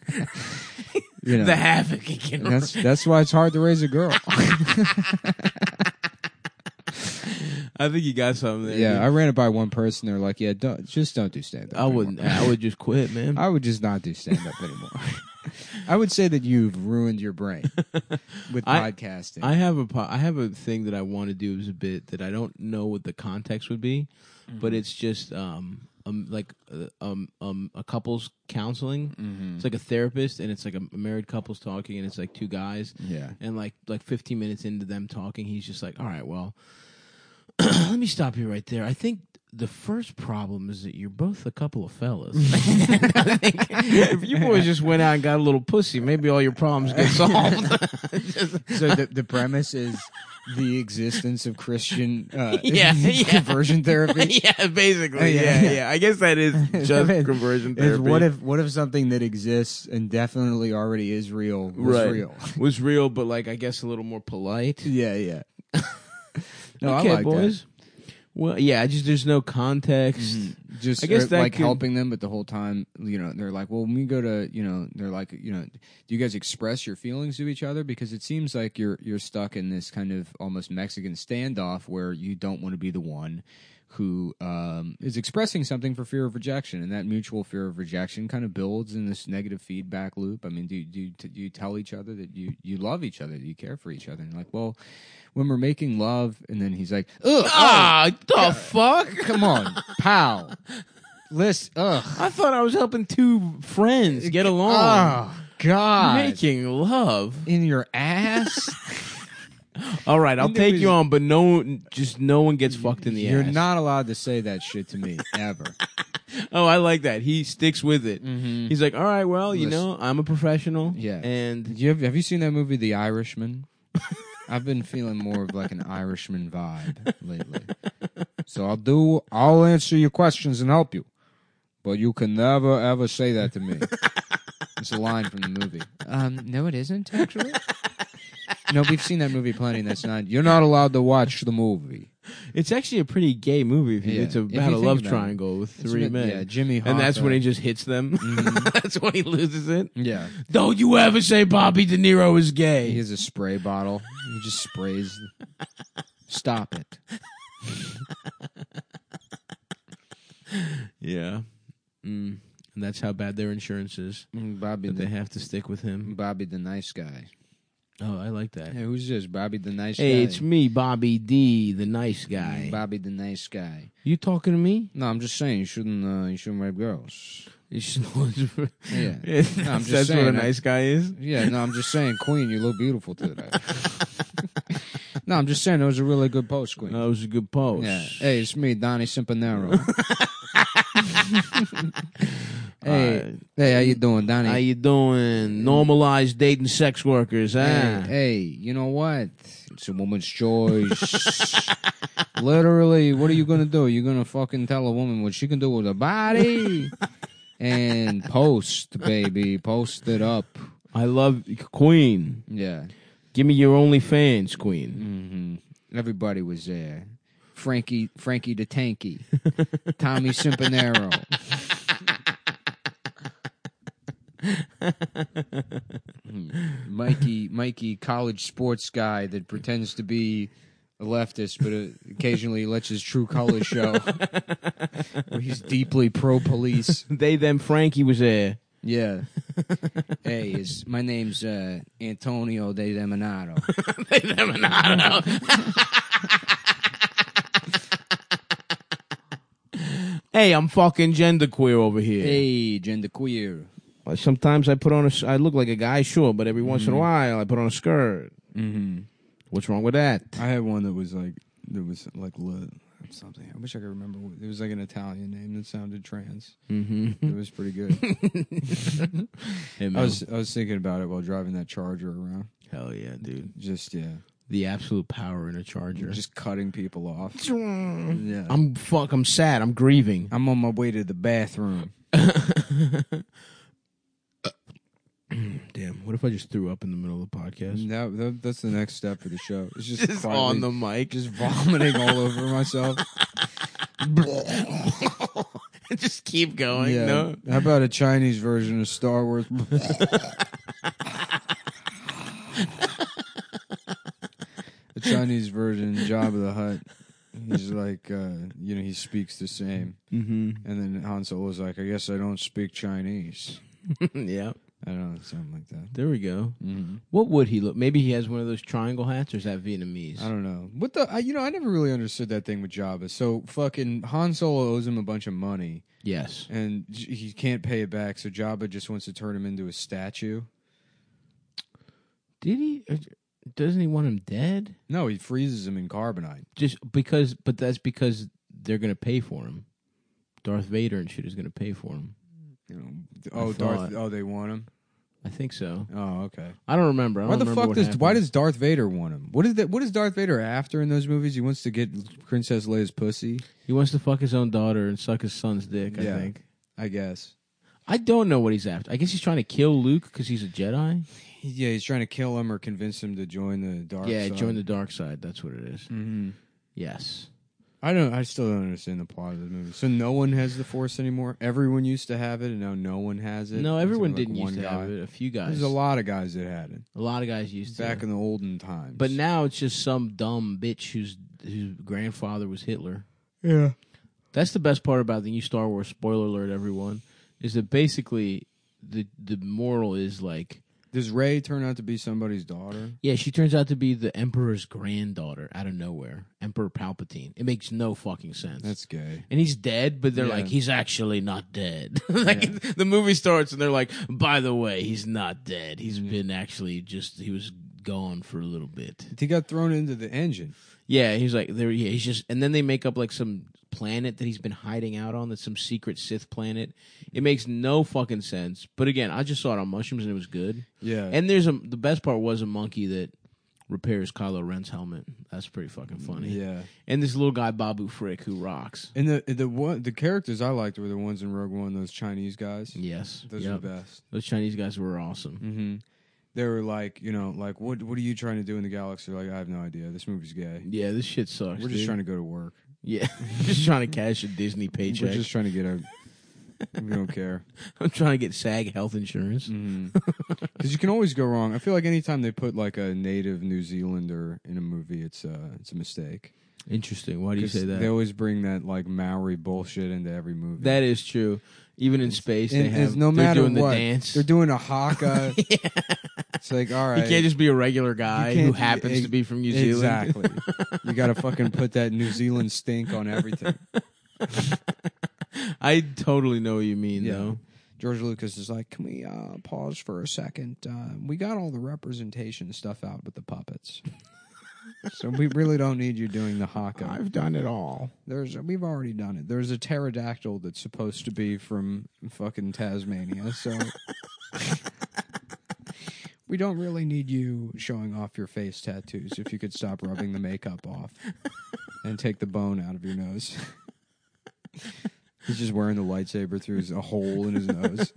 You know,
the havoc it can.
and that's that's why it's hard to raise a girl.
I think you got something there.
yeah,
dude.
I ran it by one person. They're like, yeah, don't just don't do stand up.
I, wouldn't. I would just quit, man.
I would just not do stand up anymore. I would say that you've ruined your brain with
I-
podcasting.
I have a po- I have a thing that I want to do is a bit that I don't know what the context would be, but it's just um um like uh, um um a couples counseling. It's like a therapist and it's like a married couples talking and it's like two guys.
Yeah.
And like like 15 minutes into them talking, he's just like, "All right, well, let me stop you right there. I think the first problem is that you're both a couple of fellas. I think if you boys just went out and got a little pussy, maybe all your problems get solved.
so the, the premise is the existence of Christian uh,
Yeah, yeah.
conversion therapy. Oh,
yeah, basically.
Yeah,
Yeah,
yeah.
yeah, I guess that is just conversion
Is
therapy.
what if what if something that exists and definitely already is real was
right.
real?
was real, but like I guess a little more polite.
Yeah, yeah. no,
okay,
I like
boys. Well, yeah, I just there's no context.
that. Just
I guess
or,
that
like
could-
helping them, but the whole time, you know, they're like, "Well, when we go to, you know, they're like, you know, do you guys express your feelings to each other?" Because it seems like you're you're stuck in this kind of almost Mexican standoff where you don't want to be the one who um, is expressing something for fear of rejection, and that mutual fear of rejection kind of builds in this negative feedback loop. I mean, do do you- do you tell each other that you you love each other, that you care for each other, and you're like, well, when we're making love, and then he's like, "Ugh, oh,
Ah, the fuck!
Come on, pal. List. Ugh.
I thought I was helping two friends get along,
Oh God.
making love.
in your ass.
All right, I'll
And there
take you
was-
on, but no, just no one gets fucked in the
You're
ass.
not allowed to say that shit to me ever.
Oh, I like that. He sticks with it. He's like, all right, well, you
Mm-hmm. Listen.
know, I'm a professional.
Yeah.
and
you have, have you seen that movie, The Irishman? I've been feeling more of like an Irishman vibe lately. So I'll do. I'll answer your questions and help you, but you can never ever say that to me. It's a line from the movie. Um, no, it isn't actually. No, we've seen that movie plenty. That's not. You're not allowed to watch the movie.
it's actually a pretty gay movie. If you,
Yeah,
It's
if you
about a
think
love
about it.
triangle with
It's
three
been-
men.
yeah, Jimmy
and that's
Hoffa. Mm-hmm.
when he just hits them. that's when he loses it.
Yeah,
Don't you ever say Bobby De Niro is gay.
He has a spray bottle. He just sprays. Stop it.
Yeah. Mm. And that's how bad their insurance is.
Bobby
That they
the
have to stick with him.
Bobby the nice guy.
Oh, I like that.
Hey, who's this? Bobby the nice guy. Mm,
Hey, it's me, Bobby D, the nice guy.
Bobby the nice guy.
You talking to me?
No, I'm just saying you shouldn't uh, you shouldn't rape girls.
You should know-
Yeah.
that's
No, I'm just
that's
saying,
what a
I-
nice guy is.
Yeah, no, I'm just saying, Queen, you look beautiful today. no, I'm just saying it was a really good post, Queen.
That was a good post.
Yeah. Hey, it's me, Donnie Simpanero. hey,
Uh,
hey, how you doing, Donnie?
How you doing? Normalized dating sex workers, huh?
Hey, hey, you know what? It's a woman's choice. Literally, what are you gonna do? You're gonna fucking tell a woman what she can do with her body and post, baby, post it up.
I love Queen.
Yeah,
Give me your OnlyFans, Queen.
hmm everybody was there. Frankie, Frankie the Tanky, Tommy Simpanero. Hmm. Mikey, Mikey, college sports guy that pretends to be a leftist, but uh, occasionally lets his true colors show. Where he's deeply pro police.
They, them, Frankie was there.
Yeah. Hey, it's, my name's uh, Antonio De Demonato.
they, them, and I don't know. Hey, I'm fucking genderqueer over here.
Hey, genderqueer.
Like, Sometimes I put on a, s- I look like a guy, sure, but every once in a while I put on a skirt.
Mm-hmm.
What's wrong with that?
I had one that was like that was like lit something. I wish I could remember. What, it was like an Italian name that sounded trans. Mm-hmm. It was pretty good.
Hey,
I
man.
was I was thinking about it while driving that Charger around.
Hell yeah, dude.
Just yeah,
The absolute power in a charger.
just cutting people off. Yeah, I'm,
I'm fuck. I'm sad. I'm grieving.
I'm on my way to the bathroom.
Damn. What if I just threw up in the middle of the podcast?
That, that, that's the next step for the show. It's just,
Just
quietly
on the mic.
just vomiting all over myself.
just keep going.
yeah.
No.
How about a Chinese version of Star Wars? a Chinese version, Job of the Hutt. He's like, uh, you know, he speaks the same. Mm-hmm. And then Han Solo's like, I guess I don't speak Chinese.
yeah.
I don't know, something like that.
There we go. What would he look? Maybe he has one of those triangle hats, or is that Vietnamese?
I don't know. What the? I, you know, I never really understood that thing with Jabba. So fucking Han Solo owes him a bunch of money,
Yes.
and j- he can't pay it back. So Jabba just wants to turn him into a statue.
Did he? or Doesn't he want him dead?
No, he freezes him in carbonite.
Just because? But that's because they're gonna pay for him. Darth Vader and shit is gonna pay for him.
Oh,
I
Darth!
thought-
Oh, they want him.
I think so.
Oh, okay.
I don't remember. I
Why
don't
the
remember
fuck
what
does why
happened.
does Darth Vader want him? What is that? What is Darth Vader after in those movies? He wants to get Princess Leia's pussy.
he wants to fuck his own daughter and suck his son's dick? I
Yeah.
think.
I guess.
I don't know what he's after. I guess he's trying to kill Luke because he's a Jedi.
Yeah, he's trying to kill him or convince him to join the dark.
yeah,
side.
join the dark side. That's what it is.
Mm-hmm.
Yes.
I don't. I still don't understand the plot of the movie. So no one has the force anymore. Everyone used to have it, and now no one has it.
No,
Except
everyone
for, like,
didn't
one
used to
guy.
have it. A few guys.
There's a lot of guys that had it
A lot of guys used
back
to.
in the olden times.
but now it's just some dumb bitch whose whose grandfather was Hitler.
yeah,
That's the best part about the new Star Wars. Spoiler alert, everyone, is that basically the the moral is like,
does Ray turn out to be somebody's daughter?
yeah, she turns out to be the Emperor's granddaughter out of nowhere, Emperor Palpatine. It makes no fucking sense.
That's gay.
and he's dead, but they're
Yeah.
like, he's actually not dead. like the movie starts, and they're like, by the way, he's not dead. He's
Mm-hmm.
been actually just he was gone for a little bit.
He got thrown into the engine.
Yeah, he's like there. Yeah, he's just, and then they make up like some planet that he's been hiding out on. That's some secret Sith planet. It makes no fucking sense. But again, I just saw it on mushrooms and it was good.
Yeah,
And there's a the best part was a monkey that repairs Kylo Ren's helmet. That's pretty fucking funny.
yeah.
And this little guy Babu Frick who rocks.
And the the one the characters I liked were the ones in Rogue One. Those Chinese guys.
Yes,
Those
Yep.
are the best.
Those Chinese guys were awesome.
Mm-hmm. They were like, you know, like what what are you trying to do in the galaxy? Like, I have no idea. This movie's gay.
Yeah, this shit sucks.
We're just trying to go to work.
yeah, just trying to cash a Disney
We're
paycheck.
just trying to get a. we don't care
I'm trying to get SAG health insurance.
Mm-hmm. because you can always go wrong. I feel like anytime they put like a native New Zealander in a movie, it's uh it's a mistake.
Interesting. Why do you
'Cause
say that?
They always bring that like Maori bullshit into every movie.
That is true. Even in space,
and,
they
it's
have
no
they're
matter
doing
what
the dance.
they're doing a haka. It's like all right,
You can't just be a regular guy who
can't-
happens
ex-
to be from New Zealand.
Exactly. you got to fucking put that New Zealand stink on everything.
I totally know what you mean,
Yeah.
though.
George Lucas is like, can we uh, pause for a second? Uh, we got all the representation stuff out with the puppets. So we really don't need you doing the haka.
I've done it all.
There's we've already done it. There's a pterodactyl that's supposed to be from fucking Tasmania, so we don't really need you showing off your face tattoos if you could stop rubbing the makeup off and take the bone out of your nose. He's just wearing the lightsaber through his, a hole in his nose.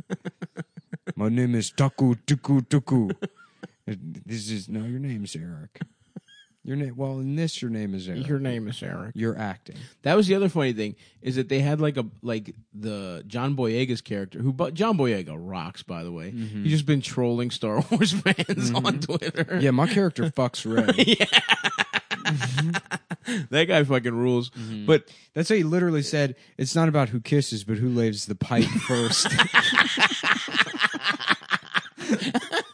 My name is Taku Tuku Tuku. And This is no, your name's Eric. Your name, well, in this, your name is Eric.
Your name is Eric.
You're acting.
That was the other funny thing is that they had like a like the John Boyega's character who but John Boyega rocks by the way.
Mm-hmm.
He's just been trolling Star Wars fans on Twitter.
Yeah, my character fucks Ray.
That guy fucking rules.
Mm-hmm.
But
That's what he literally said. It's not about who kisses, but who lays the pipe first.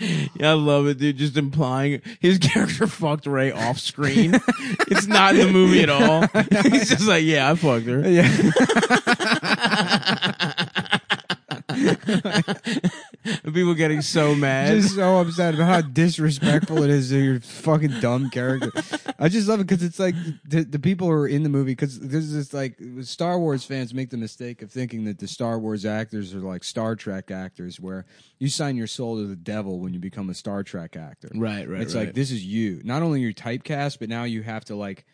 yeah, I love it, dude. Just implying his character fucked Ray off screen. it's not in the movie at all. He's just like, yeah, I fucked her.
yeah.
People getting so mad.
Just so upset about how disrespectful it is to your fucking dumb character. I just love it because it's like the, the people who are in the movie, because this is like Star Wars fans make the mistake of thinking that the Star Wars actors are like Star Trek actors, where you sign your soul to the devil when you become a Star Trek actor.
Right, right,
It's
right.
like this is you. Not only are you typecast, but now you have to like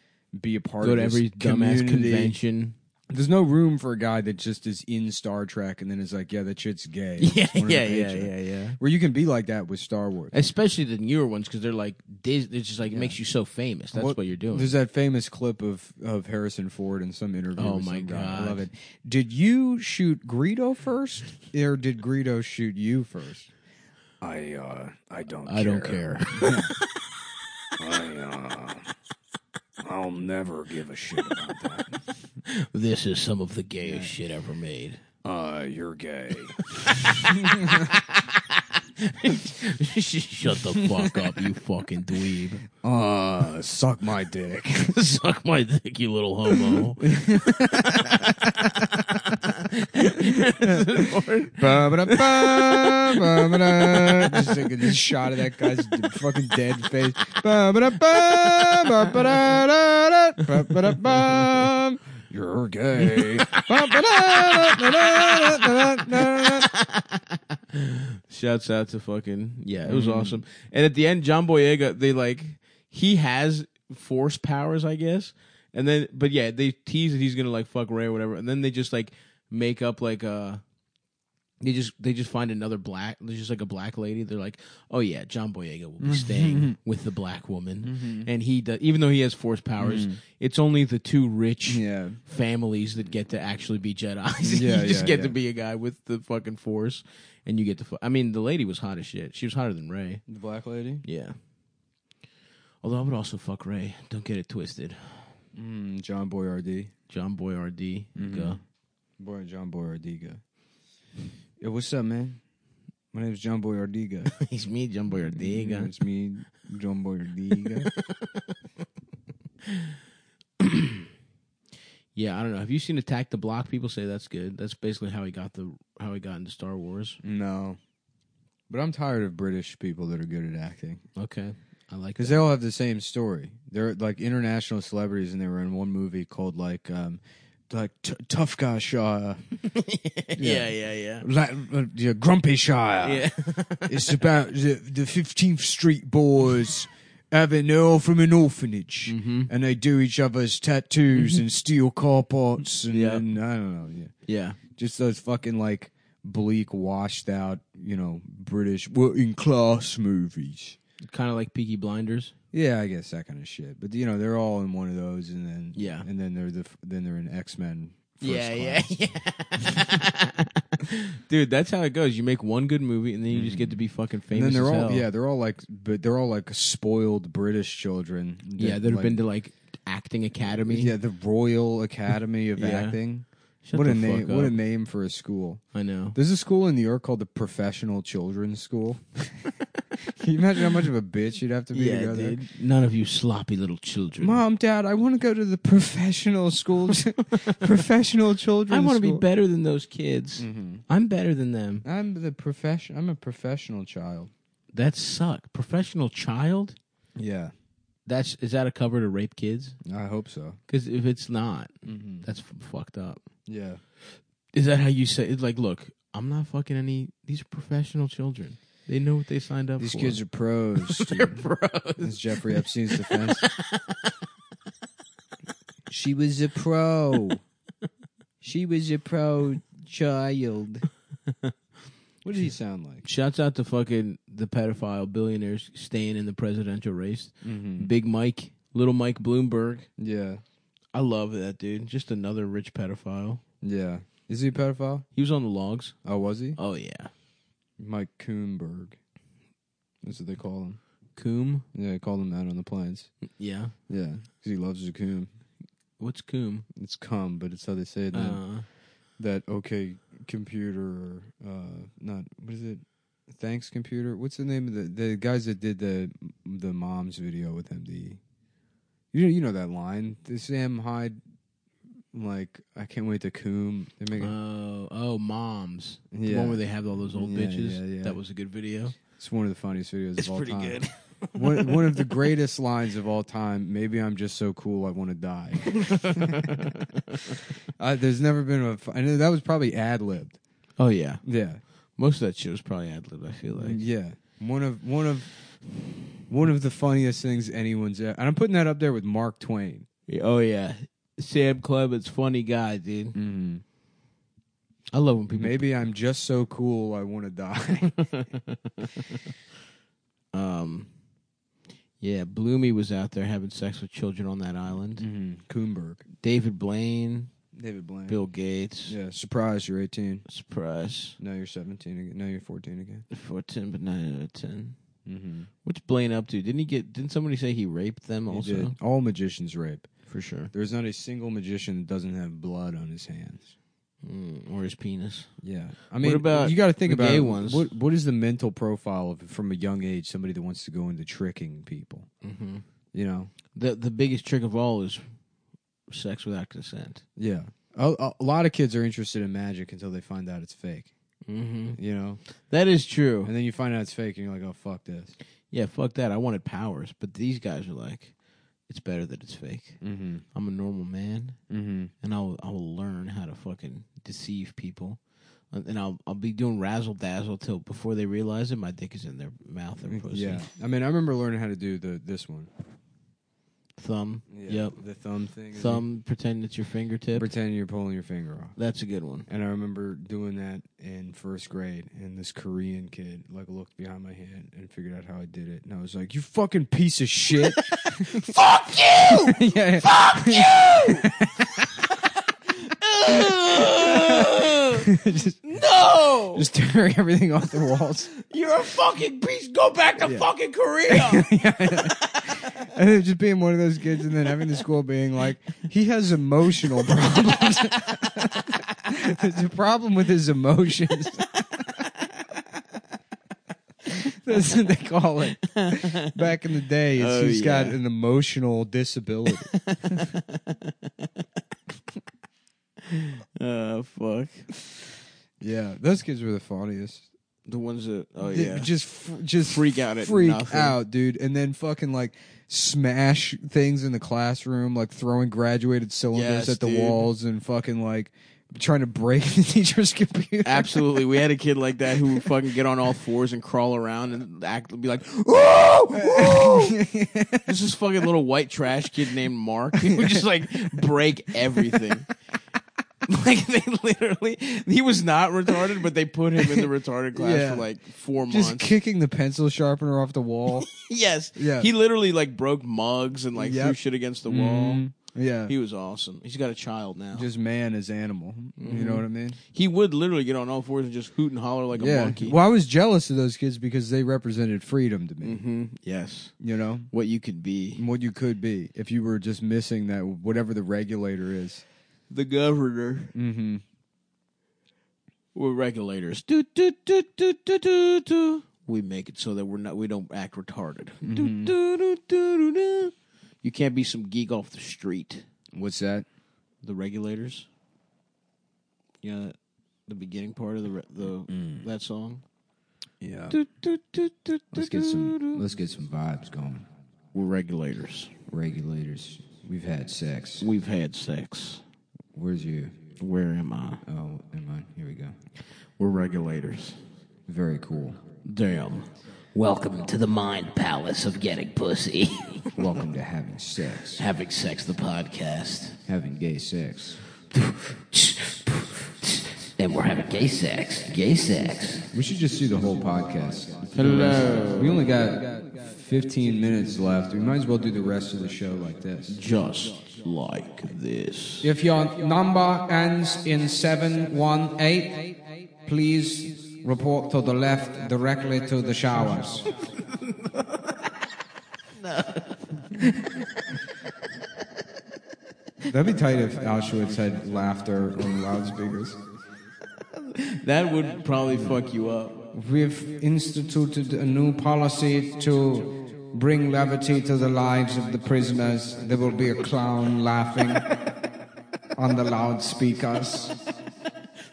be a part
go
of
to
this
every dumbass
community.
convention.
There's no room for a guy that just is in Star Trek and then is like, yeah, that shit's gay. It's one of the pages.
yeah.
Where you can be like that with Star Wars.
Especially the newer ones because they're like, Dis- it's just like it makes you so famous. That's what, you're doing.
There's that famous clip of, of Harrison Ford in some interview.
Oh
with
my
some guy. I
God.
love it. Did you shoot Greedo first, or did Greedo shoot you first? I uh, I don't.
I don't care.
I, uh, I'll never give a shit about that.
this is some of the gayest shit ever made.
Uh, you're gay.
Shut the fuck up, you fucking dweeb.
Uh, suck my dick.
Suck my dick, you little homo.
Ba-ba-da-ba, ba-ba-da. Just like a shot of that guy's d- fucking dead face. Ba-ba-da-ba, ba-ba-da-da-da, ba-ba-da-bum. You're gay. Ba-ba-da-da-da-da-da-da-da.
Shouts out to fucking yeah, it was awesome. And at the end, John Boyega, they like he has force powers, I guess. And then, but yeah, they tease that he's gonna like fuck Ray or whatever. And then they just like make up like a. They just they just find another black. There's just like a black lady. They're like, oh yeah, John Boyega will be staying with the black woman, and he does, even though he has force powers, it's only the two rich
Yeah.
families that get to actually be Jedi's.
Yeah,
you just
yeah,
get
yeah.
to be a guy with the fucking force, and you get to. Fu- I mean, the lady was hot as shit. She was hotter than Ray.
The black lady?
Yeah. Although I would also fuck Ray. Don't get it twisted.
Mm, John Boyardee.
John Boyardee. go.
Boy, John Boyardee. Yo, what's up, man? My name's John Boyardee.
He's me, John Boyardee.
Yeah,
go.
It's me, John Boyardee.
Yeah, I don't know. Have you seen Attack the Block? People say that's good. That's basically how he got the how he got into Star Wars.
no. But I'm tired of British people that are good at acting
Okay, I like
because
that.
they all have the same story. They're like international celebrities, and they were in one movie called like um, like t- Tough Guy Shire,
yeah, yeah, yeah.
like uh, yeah, Grumpy Shire.
Yeah.
it's about the the Fifteenth Street boys. Having they're all from an orphanage,
Mm-hmm.
and they do each other's tattoos and steal car parts, and,
Yeah.
and I don't know. Yeah.
yeah.
just those fucking like bleak, washed out, you know, British working class movies.
Kind of like Peaky Blinders.
Yeah, I guess that kind of shit. But you know, they're all in one of those, and then
Yeah.
and then they're the then they're in X Men.
yeah, yeah. Dude, that's how it goes. You make one good movie, and then you just get to be fucking
Mm-hmm. And
famous.
then they're
as
all
hell.
yeah, they're all like but they're all like spoiled British children. that,
yeah. That have
like-
been to like acting academy.
yeah the Royal Academy of
Yeah.
Acting.
Shut
what
the
a name!
fuck
What a
up.
name for a school.
I know.
There's a school in New York called the Professional Children's School. Can you imagine how much of a bitch you'd have to be to go there?
None of you sloppy little children.
Mom, Dad, I want to go to the professional school, professional children.
I want to be
school. Mm-hmm.
better than those kids. I'm better than them.
I'm the profession. I'm a professional child.
That suck. Professional child.
Yeah,
That's is that a cover to rape kids?
I hope so.
Because if it's not,
Mm-hmm.
that's f- fucked up.
Yeah,
Is that how you say? It's like, look, I'm not fucking any. These are professional children. They know what they signed up
these
for.
kids are pros. dude. This is Jeffrey Epstein's defense. she was a pro. She was a pro child. What does he sound like?
Shouts out to fucking the pedophile billionaires staying in the presidential race. Big Mike, little Mike Bloomberg.
Mm-hmm. Yeah,
I love that dude. Just another rich pedophile.
yeah. Is he a pedophile?
He was on the logs.
Oh, was he?
Oh yeah,
Mike Coomberg. That's what they call him.
Coom.
Yeah, they called him that on the planes.
Yeah,
Yeah, because he loves his coom.
what's Coom?
It's cum, but it's how they say it. in
Uh,
that okay computer, uh, not what is it? Thanks computer. What's the name of the the guys that did the the mom's video with MD? You know, you know that line. The Sam Hyde, like I can't wait to coom. They make
oh, oh, moms. The
Yeah.
one where they have all those old
Yeah,
bitches.
yeah, yeah.
That was a good video.
it's one of the funniest videos
It's
of all
pretty
time.
good.
one, one of the greatest lines of all time. Maybe I'm just so cool I want to die. uh, there's never been a. fu- I know that was probably ad libbed.
Oh yeah,
Yeah,
most of that shit was probably ad lib. I feel like.
yeah. One of one of one of the funniest things anyone's. e- And I'm putting that up there with Mark Twain.
Oh yeah, Sam Clements, funny guy, dude.
Mm-hmm.
I love when people.
Maybe I'm just so cool I want to die.
Um, yeah, Bloomy was out there having sex with children on that island.
Mm. Coomberg,
David Blaine,
Mm-hmm. David Blaine.
Bill Gates,
Yeah, surprise! You're 18.
Surprise,
Now you're 17 again. Now you're 14 again.
fourteen, but nine out of ten.
Mm-hmm.
What's Blaine up to? Didn't he get? Didn't somebody say he raped them also?
All magicians rape.
For sure,
There's not a single magician that doesn't have blood on his hands.
mm, or his penis.
Yeah, I mean,
about
you got to think
the
about
gay
it.
ones?
What what is the mental profile of from a young age somebody that wants to go into tricking people?
Mhm.
You know,
The the biggest trick of all is sex without consent.
yeah. A, a- a lot of kids are interested in magic until they find out it's fake.
Mm-hmm.
You know,
That is true.
and then you find out it's fake, and you're like, oh fuck this.
Yeah, fuck that. I wanted powers, but these guys are like, it's better that it's fake.
Mm-hmm.
I'm a normal man.
Mm-hmm.
and I'll I'll learn how to fucking deceive people. and I'll I'll be doing razzle dazzle till before they realize it. My dick is in their mouth or pussy.
Yeah, I mean, I remember learning how to do the this one.
Thumb. Yep.
the thumb thing. is
Thumb. Pretend it's your
like
fingertip.
Pretend you're pulling your finger off.
That's a good one.
And I remember doing that in first grade, and this Korean kid like looked behind my hand and figured out how I did it, and I was like, "You fucking piece of shit!
Fuck you!
yeah,
Fuck you!
just,
no!
just tearing everything off the walls."
You're a fucking beast. Go back to fucking Korea.
And then just being one of those kids, and then having the school being like, "He has emotional problems. There's a problem with his emotions." That's what they call it. Back in the day, it's
Oh,
he's got
yeah.
an emotional disability.
Uh, fuck.
Yeah, those kids were the funniest.
The ones that. Oh
They
yeah.
Just f- just
Freak out at
freak
nothing.
out, dude, and then fucking like smash things in the classroom, like throwing graduated cylinders
Yes,
at the
dude.
walls and fucking like trying to break the teacher's computer.
Absolutely. We had a kid like that who would fucking get on all fours and crawl around and act be like, "Whoa, This is fucking little white trash kid named Mark. He would just like break everything. Like they literally, he was not retarded, but they put him in the retarded class
Yeah.
for like four
just
months.
kicking the pencil sharpener off the wall.
yes,
Yeah.
he literally like broke mugs and like threw
Yep.
shit against the wall.
yeah,
He was awesome. He's got a child now.
just man is animal. You
Mm-hmm.
know what I mean?
he would literally get on all fours and just hoot and holler like a
Yeah.
monkey.
Well, I was jealous of those kids because they represented freedom to me.
hmm Yes,
You know
what you could be.
what you could be if you were just missing that whatever the regulator is.
The governor.
Mm-hmm.
We're regulators. Do, do, do, do, do, do, do. We make it so that we're not we don't act retarded. Do, do, do, do, do, do. You can't be some geek off the street.
What's that?
The regulators. You know the beginning part of the re- the that song.
Yeah.
Do, do, do, do,
let's
do,
get
do,
some.
do.
Let's get some vibes going.
We're regulators.
Regulators. We've had sex.
We've had sex.
Where's your?
Where am I?
Oh, am I? Here we go.
We're regulators.
Very cool.
Damn.
Welcome to the mind palace of getting pussy.
Welcome to having sex,
Having sex, the podcast.
having gay sex.
And we're having gay sex. Gay sex.
We should just do the whole podcast.
Hello.
We only got 15 minutes left. We might as well do the rest of the show like this.
Just like this.
If your number ends in 718, please report to the left directly to the showers. That'd be tight if Auschwitz had laughter on loudspeakers.
That would probably fuck you up.
We've instituted a new policy to bring levity to the lives of the prisoners. There will be a clown laughing on the loudspeakers.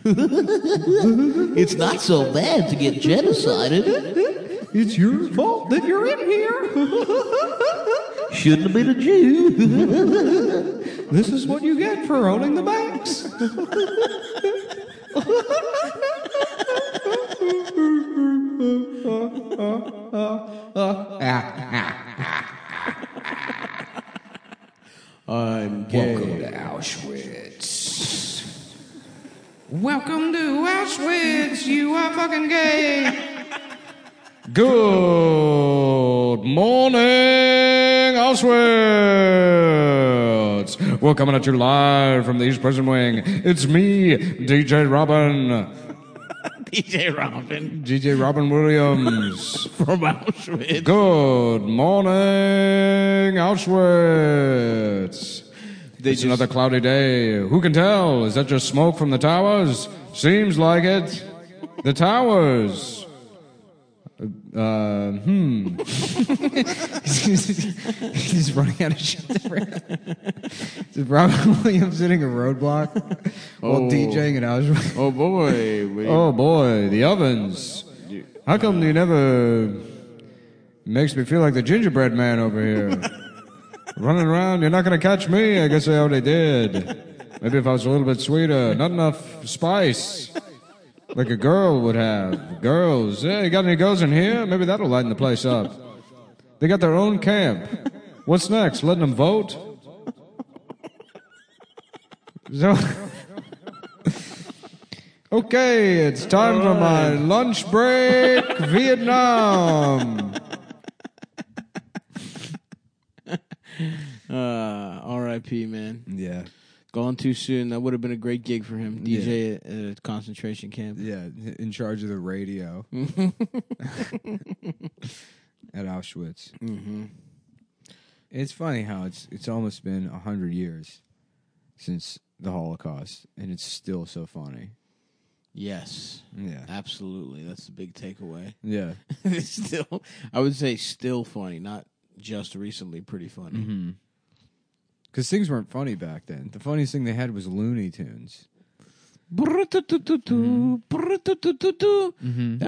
It's not so bad to get genocided.
It's your fault that you're in here.
Shouldn't have been a Jew.
This is what you get for owning the banks.
I'm gay.
Welcome to Auschwitz. You are fucking gay. Good morning, Auschwitz. We're coming at you live from the East Prison Wing. It's me, DJ Robin.
DJ Robin
DJ Robin Williams.
from Auschwitz.
Good morning, Auschwitz.
They
It's another cloudy day. Who can tell? Is that just smoke from the towers? Seems like it. The towers. Uh, hmm. He's running out of shit. to write. Is Robin Williams hitting a roadblock while
Oh.
DJing and I was.
Oh boy. we-
Oh boy, the ovens. How come you never makes me feel like the gingerbread man over here? Running around, you're not gonna catch me. I guess I already did. Maybe if I was a little bit sweeter, not enough spice. like a girl would have. Girls, hey, got any girls in here? Maybe that'll lighten the place up. They got their own camp. What's next? Letting them vote? So, okay, it's time for my lunch break, Vietnam.
Uh, R.I.P. Man,
Yeah,
gone too soon. That would have been a great gig for him, DJ at at a concentration camp.
yeah, in charge of the radio at Auschwitz. Mm-hmm. It's funny how it's it's almost been a hundred years since the Holocaust, and it's still so funny.
Yes,
Yeah,
absolutely. That's the big takeaway.
yeah,
It's still, I would say, still funny, not just recently pretty funny.
Mm-hmm. because things weren't funny back then. The funniest thing they had was Looney Tunes.
That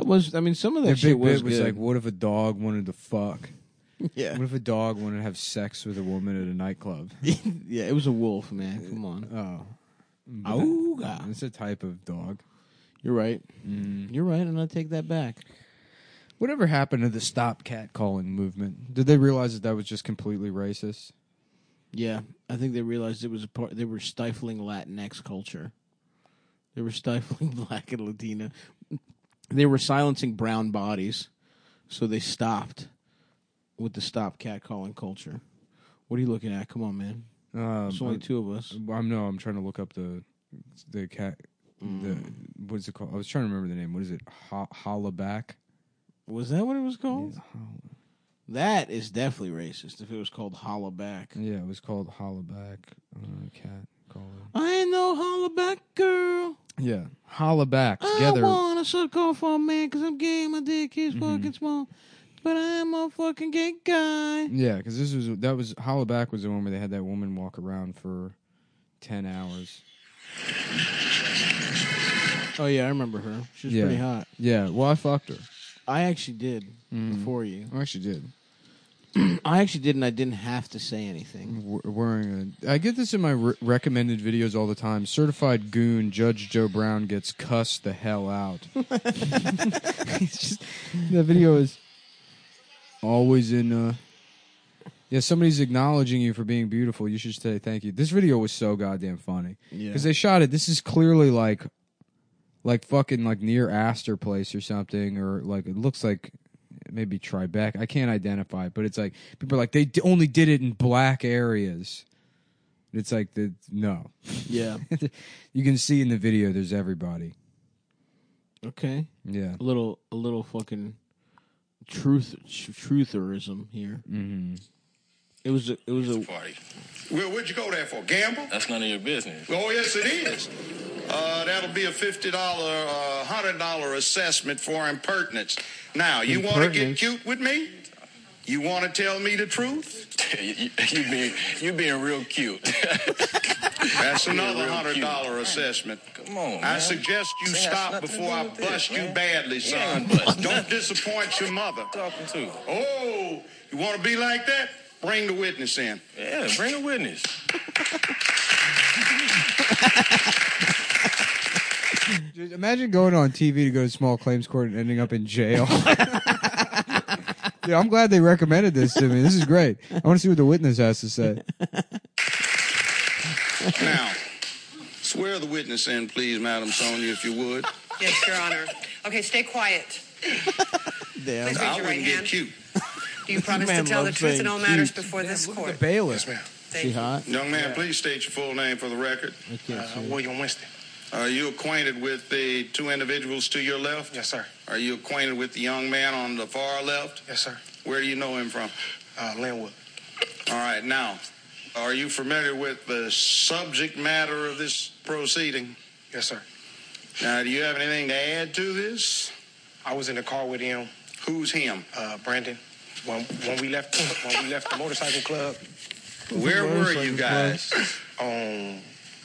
was, I mean, some of that
Mm-hmm. Their
shit
big
was,
bit was
good.
like, "What if a dog wanted to fuck?"
yeah,
What if a dog wanted to have sex with a woman at a nightclub?
yeah, it was a wolf, man. Come on,
Oh.
Auga.
It's a type of dog.
you're right.
Mm.
You're right, and I take that back.
Whatever happened to the stop cat calling movement? Did they realize that that was just completely racist?
Yeah, I think they realized it was a part. They were stifling Latinx culture. They were stifling Black and Latina. They were silencing brown bodies, so they stopped with the stop catcalling culture. What are you looking at? Come on, man.
Um,
It's only two of us.
I, am no, I'm trying to look up the the cat. The
Mm.
what is it called? I was trying to remember the name. What is it? Ho- Hollaback.
Was that what it was called? That is definitely racist. If it was called holla back,
Yeah, it was called Hollaback uh, cat calling.
I ain't no holla back girl.
Yeah, Hollaback
I
together.
wanna suck off on man because I'm gay. My dick is fucking small, but I'm a fucking gay guy.
Yeah, because this was that was Hollaback was the one where they had that woman walk around for ten hours.
Oh yeah, I remember her. She was
Yeah.
pretty hot. Mm.
Yeah, well, I fucked her.
I actually did before you.
I actually did.
I actually did, and I didn't have to say anything.
W- wearing a. I get this in my re- recommended videos all the time. Certified goon Judge Joe Brown gets cussed the hell out. It's just- that video is always in. Uh, yeah, somebody's acknowledging you for being beautiful. You should say thank you. This video was so goddamn funny
Yeah.
because they shot it. This is clearly like, like fucking like near Astor Place or something, or like it looks like maybe Tribeca. I can't identify, it, but it's like people are like they d- only did it in black areas. It's like the no,
Yeah.
you can see in the video. There's everybody.
okay.
Yeah,
A little, a little fucking truth, tr- trutherism here. Mm-hmm. It was, a, it was a.
party. Well, what'd you go there for? Gamble?
That's none of your business.
Oh, yes, it is. Uh, that'll be a $50, uh, $100 assessment for impertinence. Now, you want to get
Impertinence?
cute with me? You want to tell me the truth?
you, you, you being you being real cute.
That's
Yeah,
another
real
$100
cute.
assessment.
Come on,
I
man.
suggest you
This ain't got
stop
nothing to
before
do
I
with this,
bust you
man.
badly,
Yeah,
son.
I bust
Don't disappoint your mother.
Talking to.
Oh, you want to be like that? Bring the witness in.
Yeah, bring a witness.
imagine going on TV to go to small claims court and ending up in jail. Yeah, I'm glad they recommended this to me. This is great. I want to see what the witness has to say.
Now, swear the witness in, please, Madam Sonia, if you would.
Yes, Your Honor. Okay, stay quiet. Please raise
I
your
wouldn't
right
get
hand.
cute.
Do you promise to
Man
tell the
loves
truth
saying
in all matters
cute.
before this court?
bailiff.
Thank
She
you.
hot.
Young man, please state your full name for the record.
I can't see.
William Winston.
Are you acquainted with the two individuals to your left?
Yes, sir.
Are you acquainted with the young man on the far left?
Yes, sir.
Where do you know him from?
Uh, Linwood.
All right, now, are you familiar with the subject matter of this proceeding?
Yes, sir.
Now, do you have anything to add to this?
I was in the car with him,
Who's him?
uh, Brandon. When, when we left when we left the motorcycle club
Where were you guys?
on,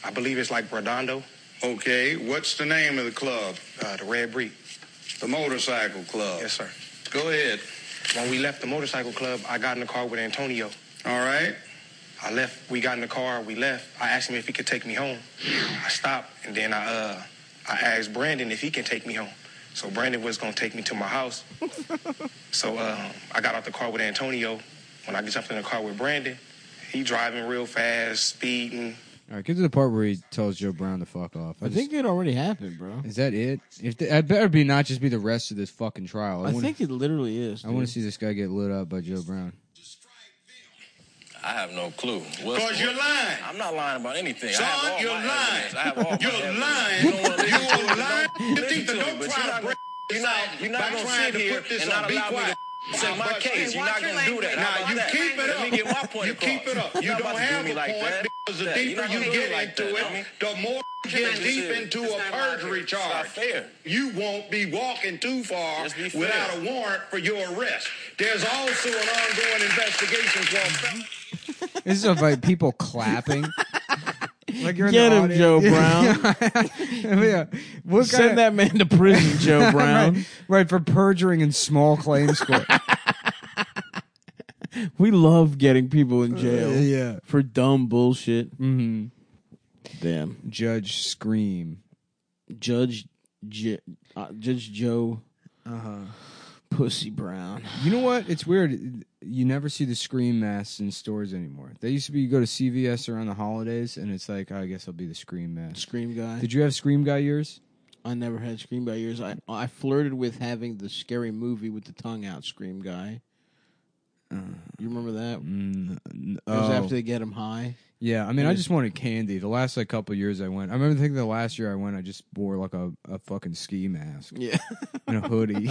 I believe it's like Redondo,
Okay, what's the name of the club?
uh, the Red Bree.
The motorcycle club.
Yes, sir.
Go ahead.
When we left the motorcycle club, I got in the car with Antonio.
All right.
I left. We got in the car. We left. I asked him if he could take me home. I stopped, and then I uh,
I asked Brandon if he can take me home. So Brandon was gonna take me to my house. so um, I got out the car with Antonio. When I jumped in the car with Brandon, he driving real fast, speeding.
All right, get to the part where he tells Joe Brown to fuck off.
I, think it already happened, bro.
Is that it? If the, I better be not just be the rest of this fucking trial. I,
I
wanna,
think it literally is.
I want
dude.
to see this guy get lit up by Joe Brown.
I have no clue. What's-
Because you're lying.
I'm not lying about anything.
Son,
I have all
you're
my
lying.
evidence. I have all
You're lying.
You're lying.
You think that don't try to break
You're
this
not,
out
you're not
by
gonna sit
trying to
here
put this
and
on.
not
Be
allow
quiet.
me to say my
Watch
case.
your
You're not gonna do
language.
that.
Now,
How about
you
that?
keep it
Let
up.
me get my point
You
across.
keep it up.
You're
You
not
don't
about to do
have
me
a
like
point
that.
because the
Yeah, you're
deeper
not
you
gonna do
get
it like
into
that,
it,
homie.
the more you
It's
get
not
deep
fair.
into
It's
a
not fair.
perjury
It's not
charge.
fair.
You won't be walking too far
Let's be fair.
without a warrant for your arrest. There's also an ongoing investigation for a felony
This is about people clapping. Like you're in
Get
the
him,
audience.
Joe Brown.
yeah. What
Send
kinda-
that man to prison, Joe Brown.
right, right, for perjuring in small claims court.
We love getting people in jail.
Uh, yeah.
For dumb bullshit.
Mhm.
Damn.
Judge Scream.
Judge J- uh, Judge Joe
Uh huh.
Pussy Brown.
You know what? It's weird. You never see the scream masks in stores anymore. They used to be you go to CVS around the holidays, and it's like, I guess I'll be the scream mask.
Scream guy.
Did you have scream guy years?
I never had scream guy years. I I flirted with having the scary movie with the tongue out scream guy. You remember that?
Uh, Mm, n-
It was
oh.
after they get him high.
Yeah, I mean, I just wanted candy. The last like couple years I went, I remember thinking the last year I went, I just wore like a, a fucking ski mask
Yeah.
and a hoodie.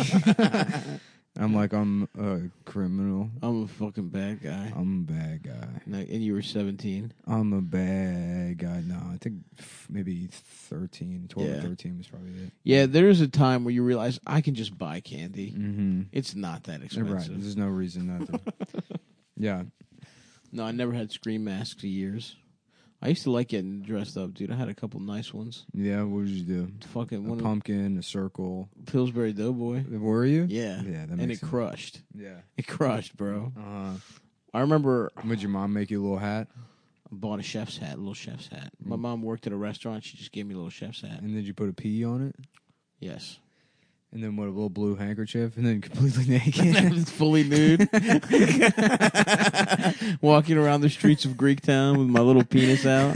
I'm like, I'm a criminal.
I'm a fucking bad guy.
I'm a bad guy.
And I- and you were 17.
I'm a bad guy. No, I think f- maybe 13, 12 or
Yeah.
13 was probably it.
Yeah, there is a time where you realize I can just buy candy.
Mm-hmm.
It's not that
Right.
expensive.
There's no reason not to. yeah.
No, I never had scream masks in years. I used to like getting dressed up, dude. I had a couple nice ones.
Yeah. What did you do?
Fucking
A
one of
pumpkin, a circle.
Pillsbury Doughboy.
Were you?
Yeah.
Yeah. That makes
and it
sense.
crushed.
Yeah.
It crushed, bro.
Uh,
I remember
would your mom make you a little hat?
I bought a chef's hat, a little chef's hat.
Mm.
My mom worked at a restaurant. She just gave me a little chef's hat.
And then you put a pea on it?
Yes.
And then what, a little blue handkerchief? And then completely naked?
It's fully nude. Walking around the streets of Greek town with my little penis out.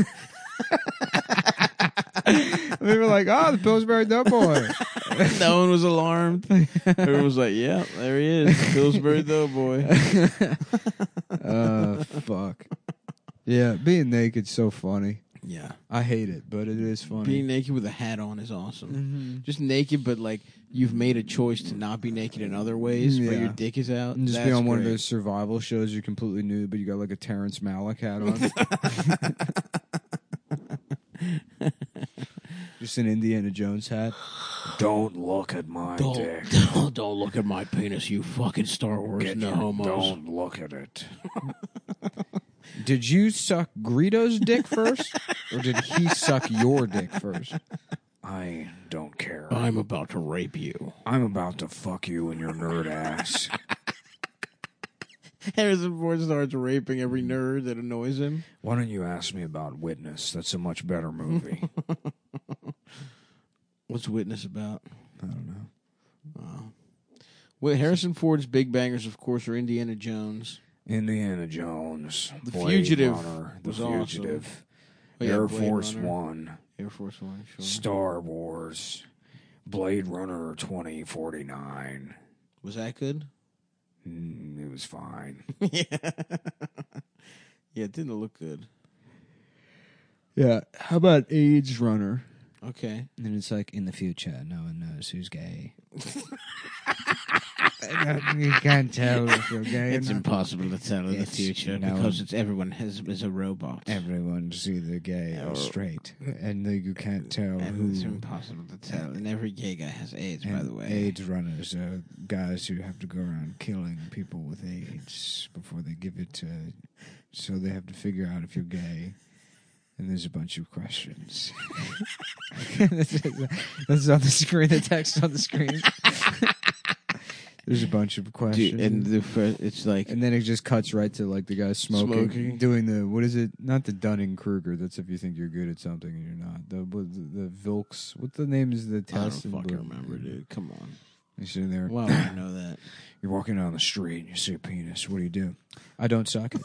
they were like, oh, the Pillsbury Doughboy.
No one was alarmed. Everyone was like, yeah, there he is. Pillsbury Doughboy.
uh, fuck. Yeah, being naked's so funny.
Yeah.
I hate it, but it is funny.
Being naked with a hat on is awesome. Just naked, but like you've made a choice to not be naked in other ways where
Yeah.
your dick is out.
And just be
That's
on one of
great.
those survival shows you're completely nude, but you got like a Terrence Malick hat on. just an Indiana Jones hat. Don't look at my
Don't, don't, don't look at my penis, you fucking Star Wars no homos.
look at it. did you suck Greedo's dick first, or did he suck your dick first? I don't care.
I'm about to rape you.
I'm about to fuck you in your nerd ass.
Harrison Ford starts raping every nerd that annoys him.
Why don't you ask me about Witness? That's a much better movie.
What's Witness about?
I don't know.
Well, Harrison Ford's big bangers, of course, are Indiana Jones.
Indiana Jones,
The
Blade
Fugitive
Runner,
was
The
awesome.
Fugitive,
Oh, yeah,
Air
Blade
Force
Runner.
One,
Air Force One, sure.
Star Wars, Blade Runner twenty forty nine.
Was that good?
Mm, it was fine.
yeah. Yeah, it didn't look good.
yeah. How about AIDS Runner?
Okay.
And then it's like in the future, no one knows who's gay.
you can't tell if you're gay.
It's
uh,
impossible to tell in the
It's-
future
no.
because it's everyone has is a robot.
Everyone's either gay or straight, and you can't tell
It's impossible to tell, and every gay guy has AIDS, by the way.
AIDS runners are guys who have to go around killing people with AIDS before they give it to. So they have to figure out if you're gay. And there's a bunch of questions.
this is on the screen. The text on the screen. There's a bunch of questions,
Dude, and the first, it's like
And then it just cuts right to like the guy smoking,
Smoking.
doing the what is it? Not the Dunning Kruger. That's if you think you're good at something and you're not. The what- the, the Vilks. What the name is the
I don't
town?
fucking remember, dude. Come on.
You sitting there.
Why would I know that?
You're walking down the street and you see a penis. What do you do? I don't suck it.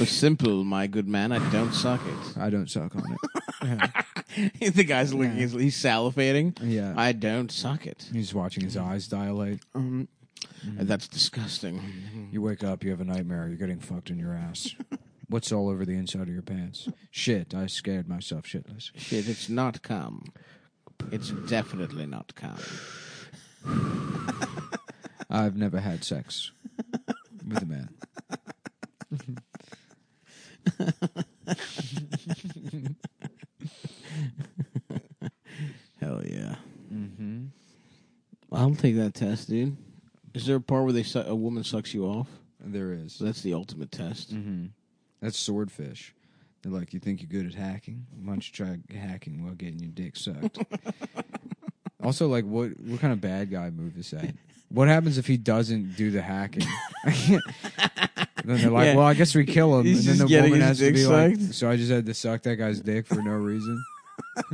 Oh, simple, my good man. I don't suck it.
I don't suck on it.
the guy's looking. He's, he's salivating.
Yeah.
I don't suck it.
He's watching his eyes dilate.
Um, That's disgusting.
You wake up. You have a nightmare. You're getting fucked in your ass. What's all over the inside of your pants? Shit! I scared myself shitless.
Shit, it's not cum. It's definitely not cum.
I've never had sex with a man.
Hell yeah.
Mm-hmm.
I'll take that test, dude. Is there a part where they su- a woman sucks you off?
There is.
So that's the ultimate test.
Mm-hmm. That's swordfish. They're like, you think you're good at hacking? Why don't you try hacking while getting your dick sucked? also, like, what what kind of bad guy move is that? What happens if he doesn't do the hacking? then they're like,
Yeah.
well, I guess we kill him.
He's
and
just
then the
getting
woman
his
has to
dick
be like,
sucked?
so I just had to suck that guy's dick for no reason.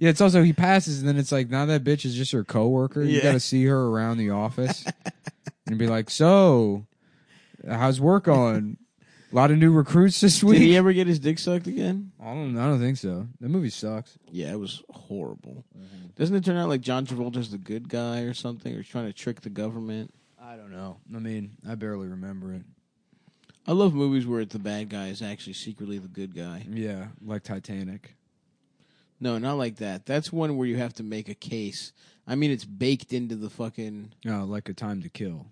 yeah, it's also he passes, and then it's like, now that bitch is just your coworker. You
Yeah.
got to see her around the office and be like, so how's work going? A lot of new recruits this
Did
week.
he ever get his dick sucked again?
I don't. I don't think so. That movie sucks.
Yeah, it was horrible. Doesn't it turn out like John Travolta's the good guy or something, or he's trying to trick the government?
I don't know. I mean, I barely remember it.
I love movies where the bad guy is actually secretly the good guy.
Yeah, like Titanic.
No, not like that. That's one where you have to make a case. I mean, it's baked into the fucking.
No, like A Time to Kill.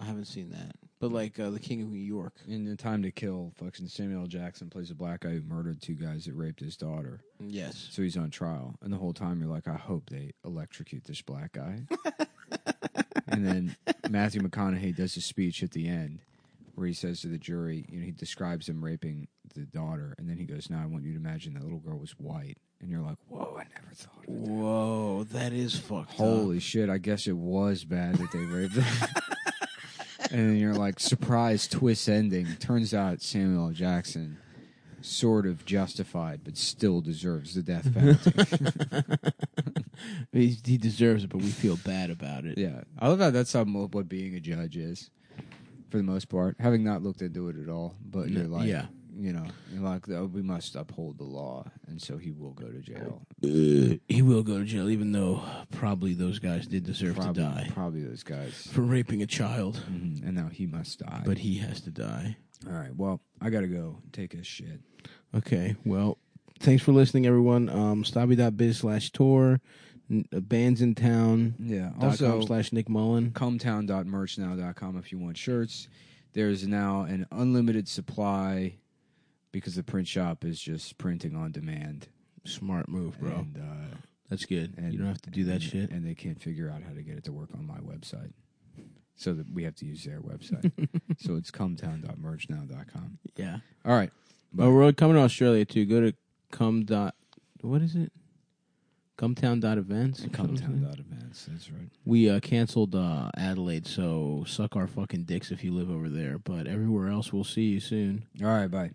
I haven't seen that, but like uh, the King of New York.
In A Time to Kill, fucking Samuel L. Jackson plays a black guy who murdered two guys that raped his daughter.
Yes.
So he's on trial, and the whole time you're like, I hope they electrocute this black guy. and then Matthew McConaughey does a speech at the end where he says to the jury, you know, he describes him raping the daughter, and then he goes, "Now I want you to imagine that little girl was white," and you're like, "Whoa, I never thought of that."
Whoa, that is fucked up.
Holy shit! I guess it was bad that they raped her. and then you're like, surprise twist ending. Turns out Samuel L. Jackson. Sort of justified, but still deserves the death penalty.
He, he deserves it, but we feel bad about it.
Yeah, I love how that's how mo- what being a judge is, for the most part. Having not looked into it at all, but you're like,
yeah.
you know, you're like, oh, we must uphold the law, and so he will go to jail.
He will go to jail, even though probably those guys did deserve
Probably,
to die
probably those guys,
for raping a child,
Mhm, and now he must die.
but he has to die.
all right, well, I gotta go take a shit.
Okay, well, thanks for listening, everyone. Um, Stabby.biz slash tour, n- uh, bands in town.
Yeah.
dot
Also,
com slash Nick Mullen.
cometown.merchnow.com if you want shirts. There's now an unlimited supply because the print shop is just printing on demand,
Smart move, bro.
and. Uh,
That's good.
and-
you don't have to do that
and-
shit.
And they can't figure out how to get it to work on my website. So that we have to use their website. so it's cometown.mergenow.com.
yeah.
All right.
Oh, we're coming to Australia too. Go to come dot. What is it? Cometown dot events. or something?
Cometown.events. That's right.
We uh, canceled uh, Adelaide, so suck our fucking dicks if you live over there. But everywhere else, we'll see you soon.
All right. Bye.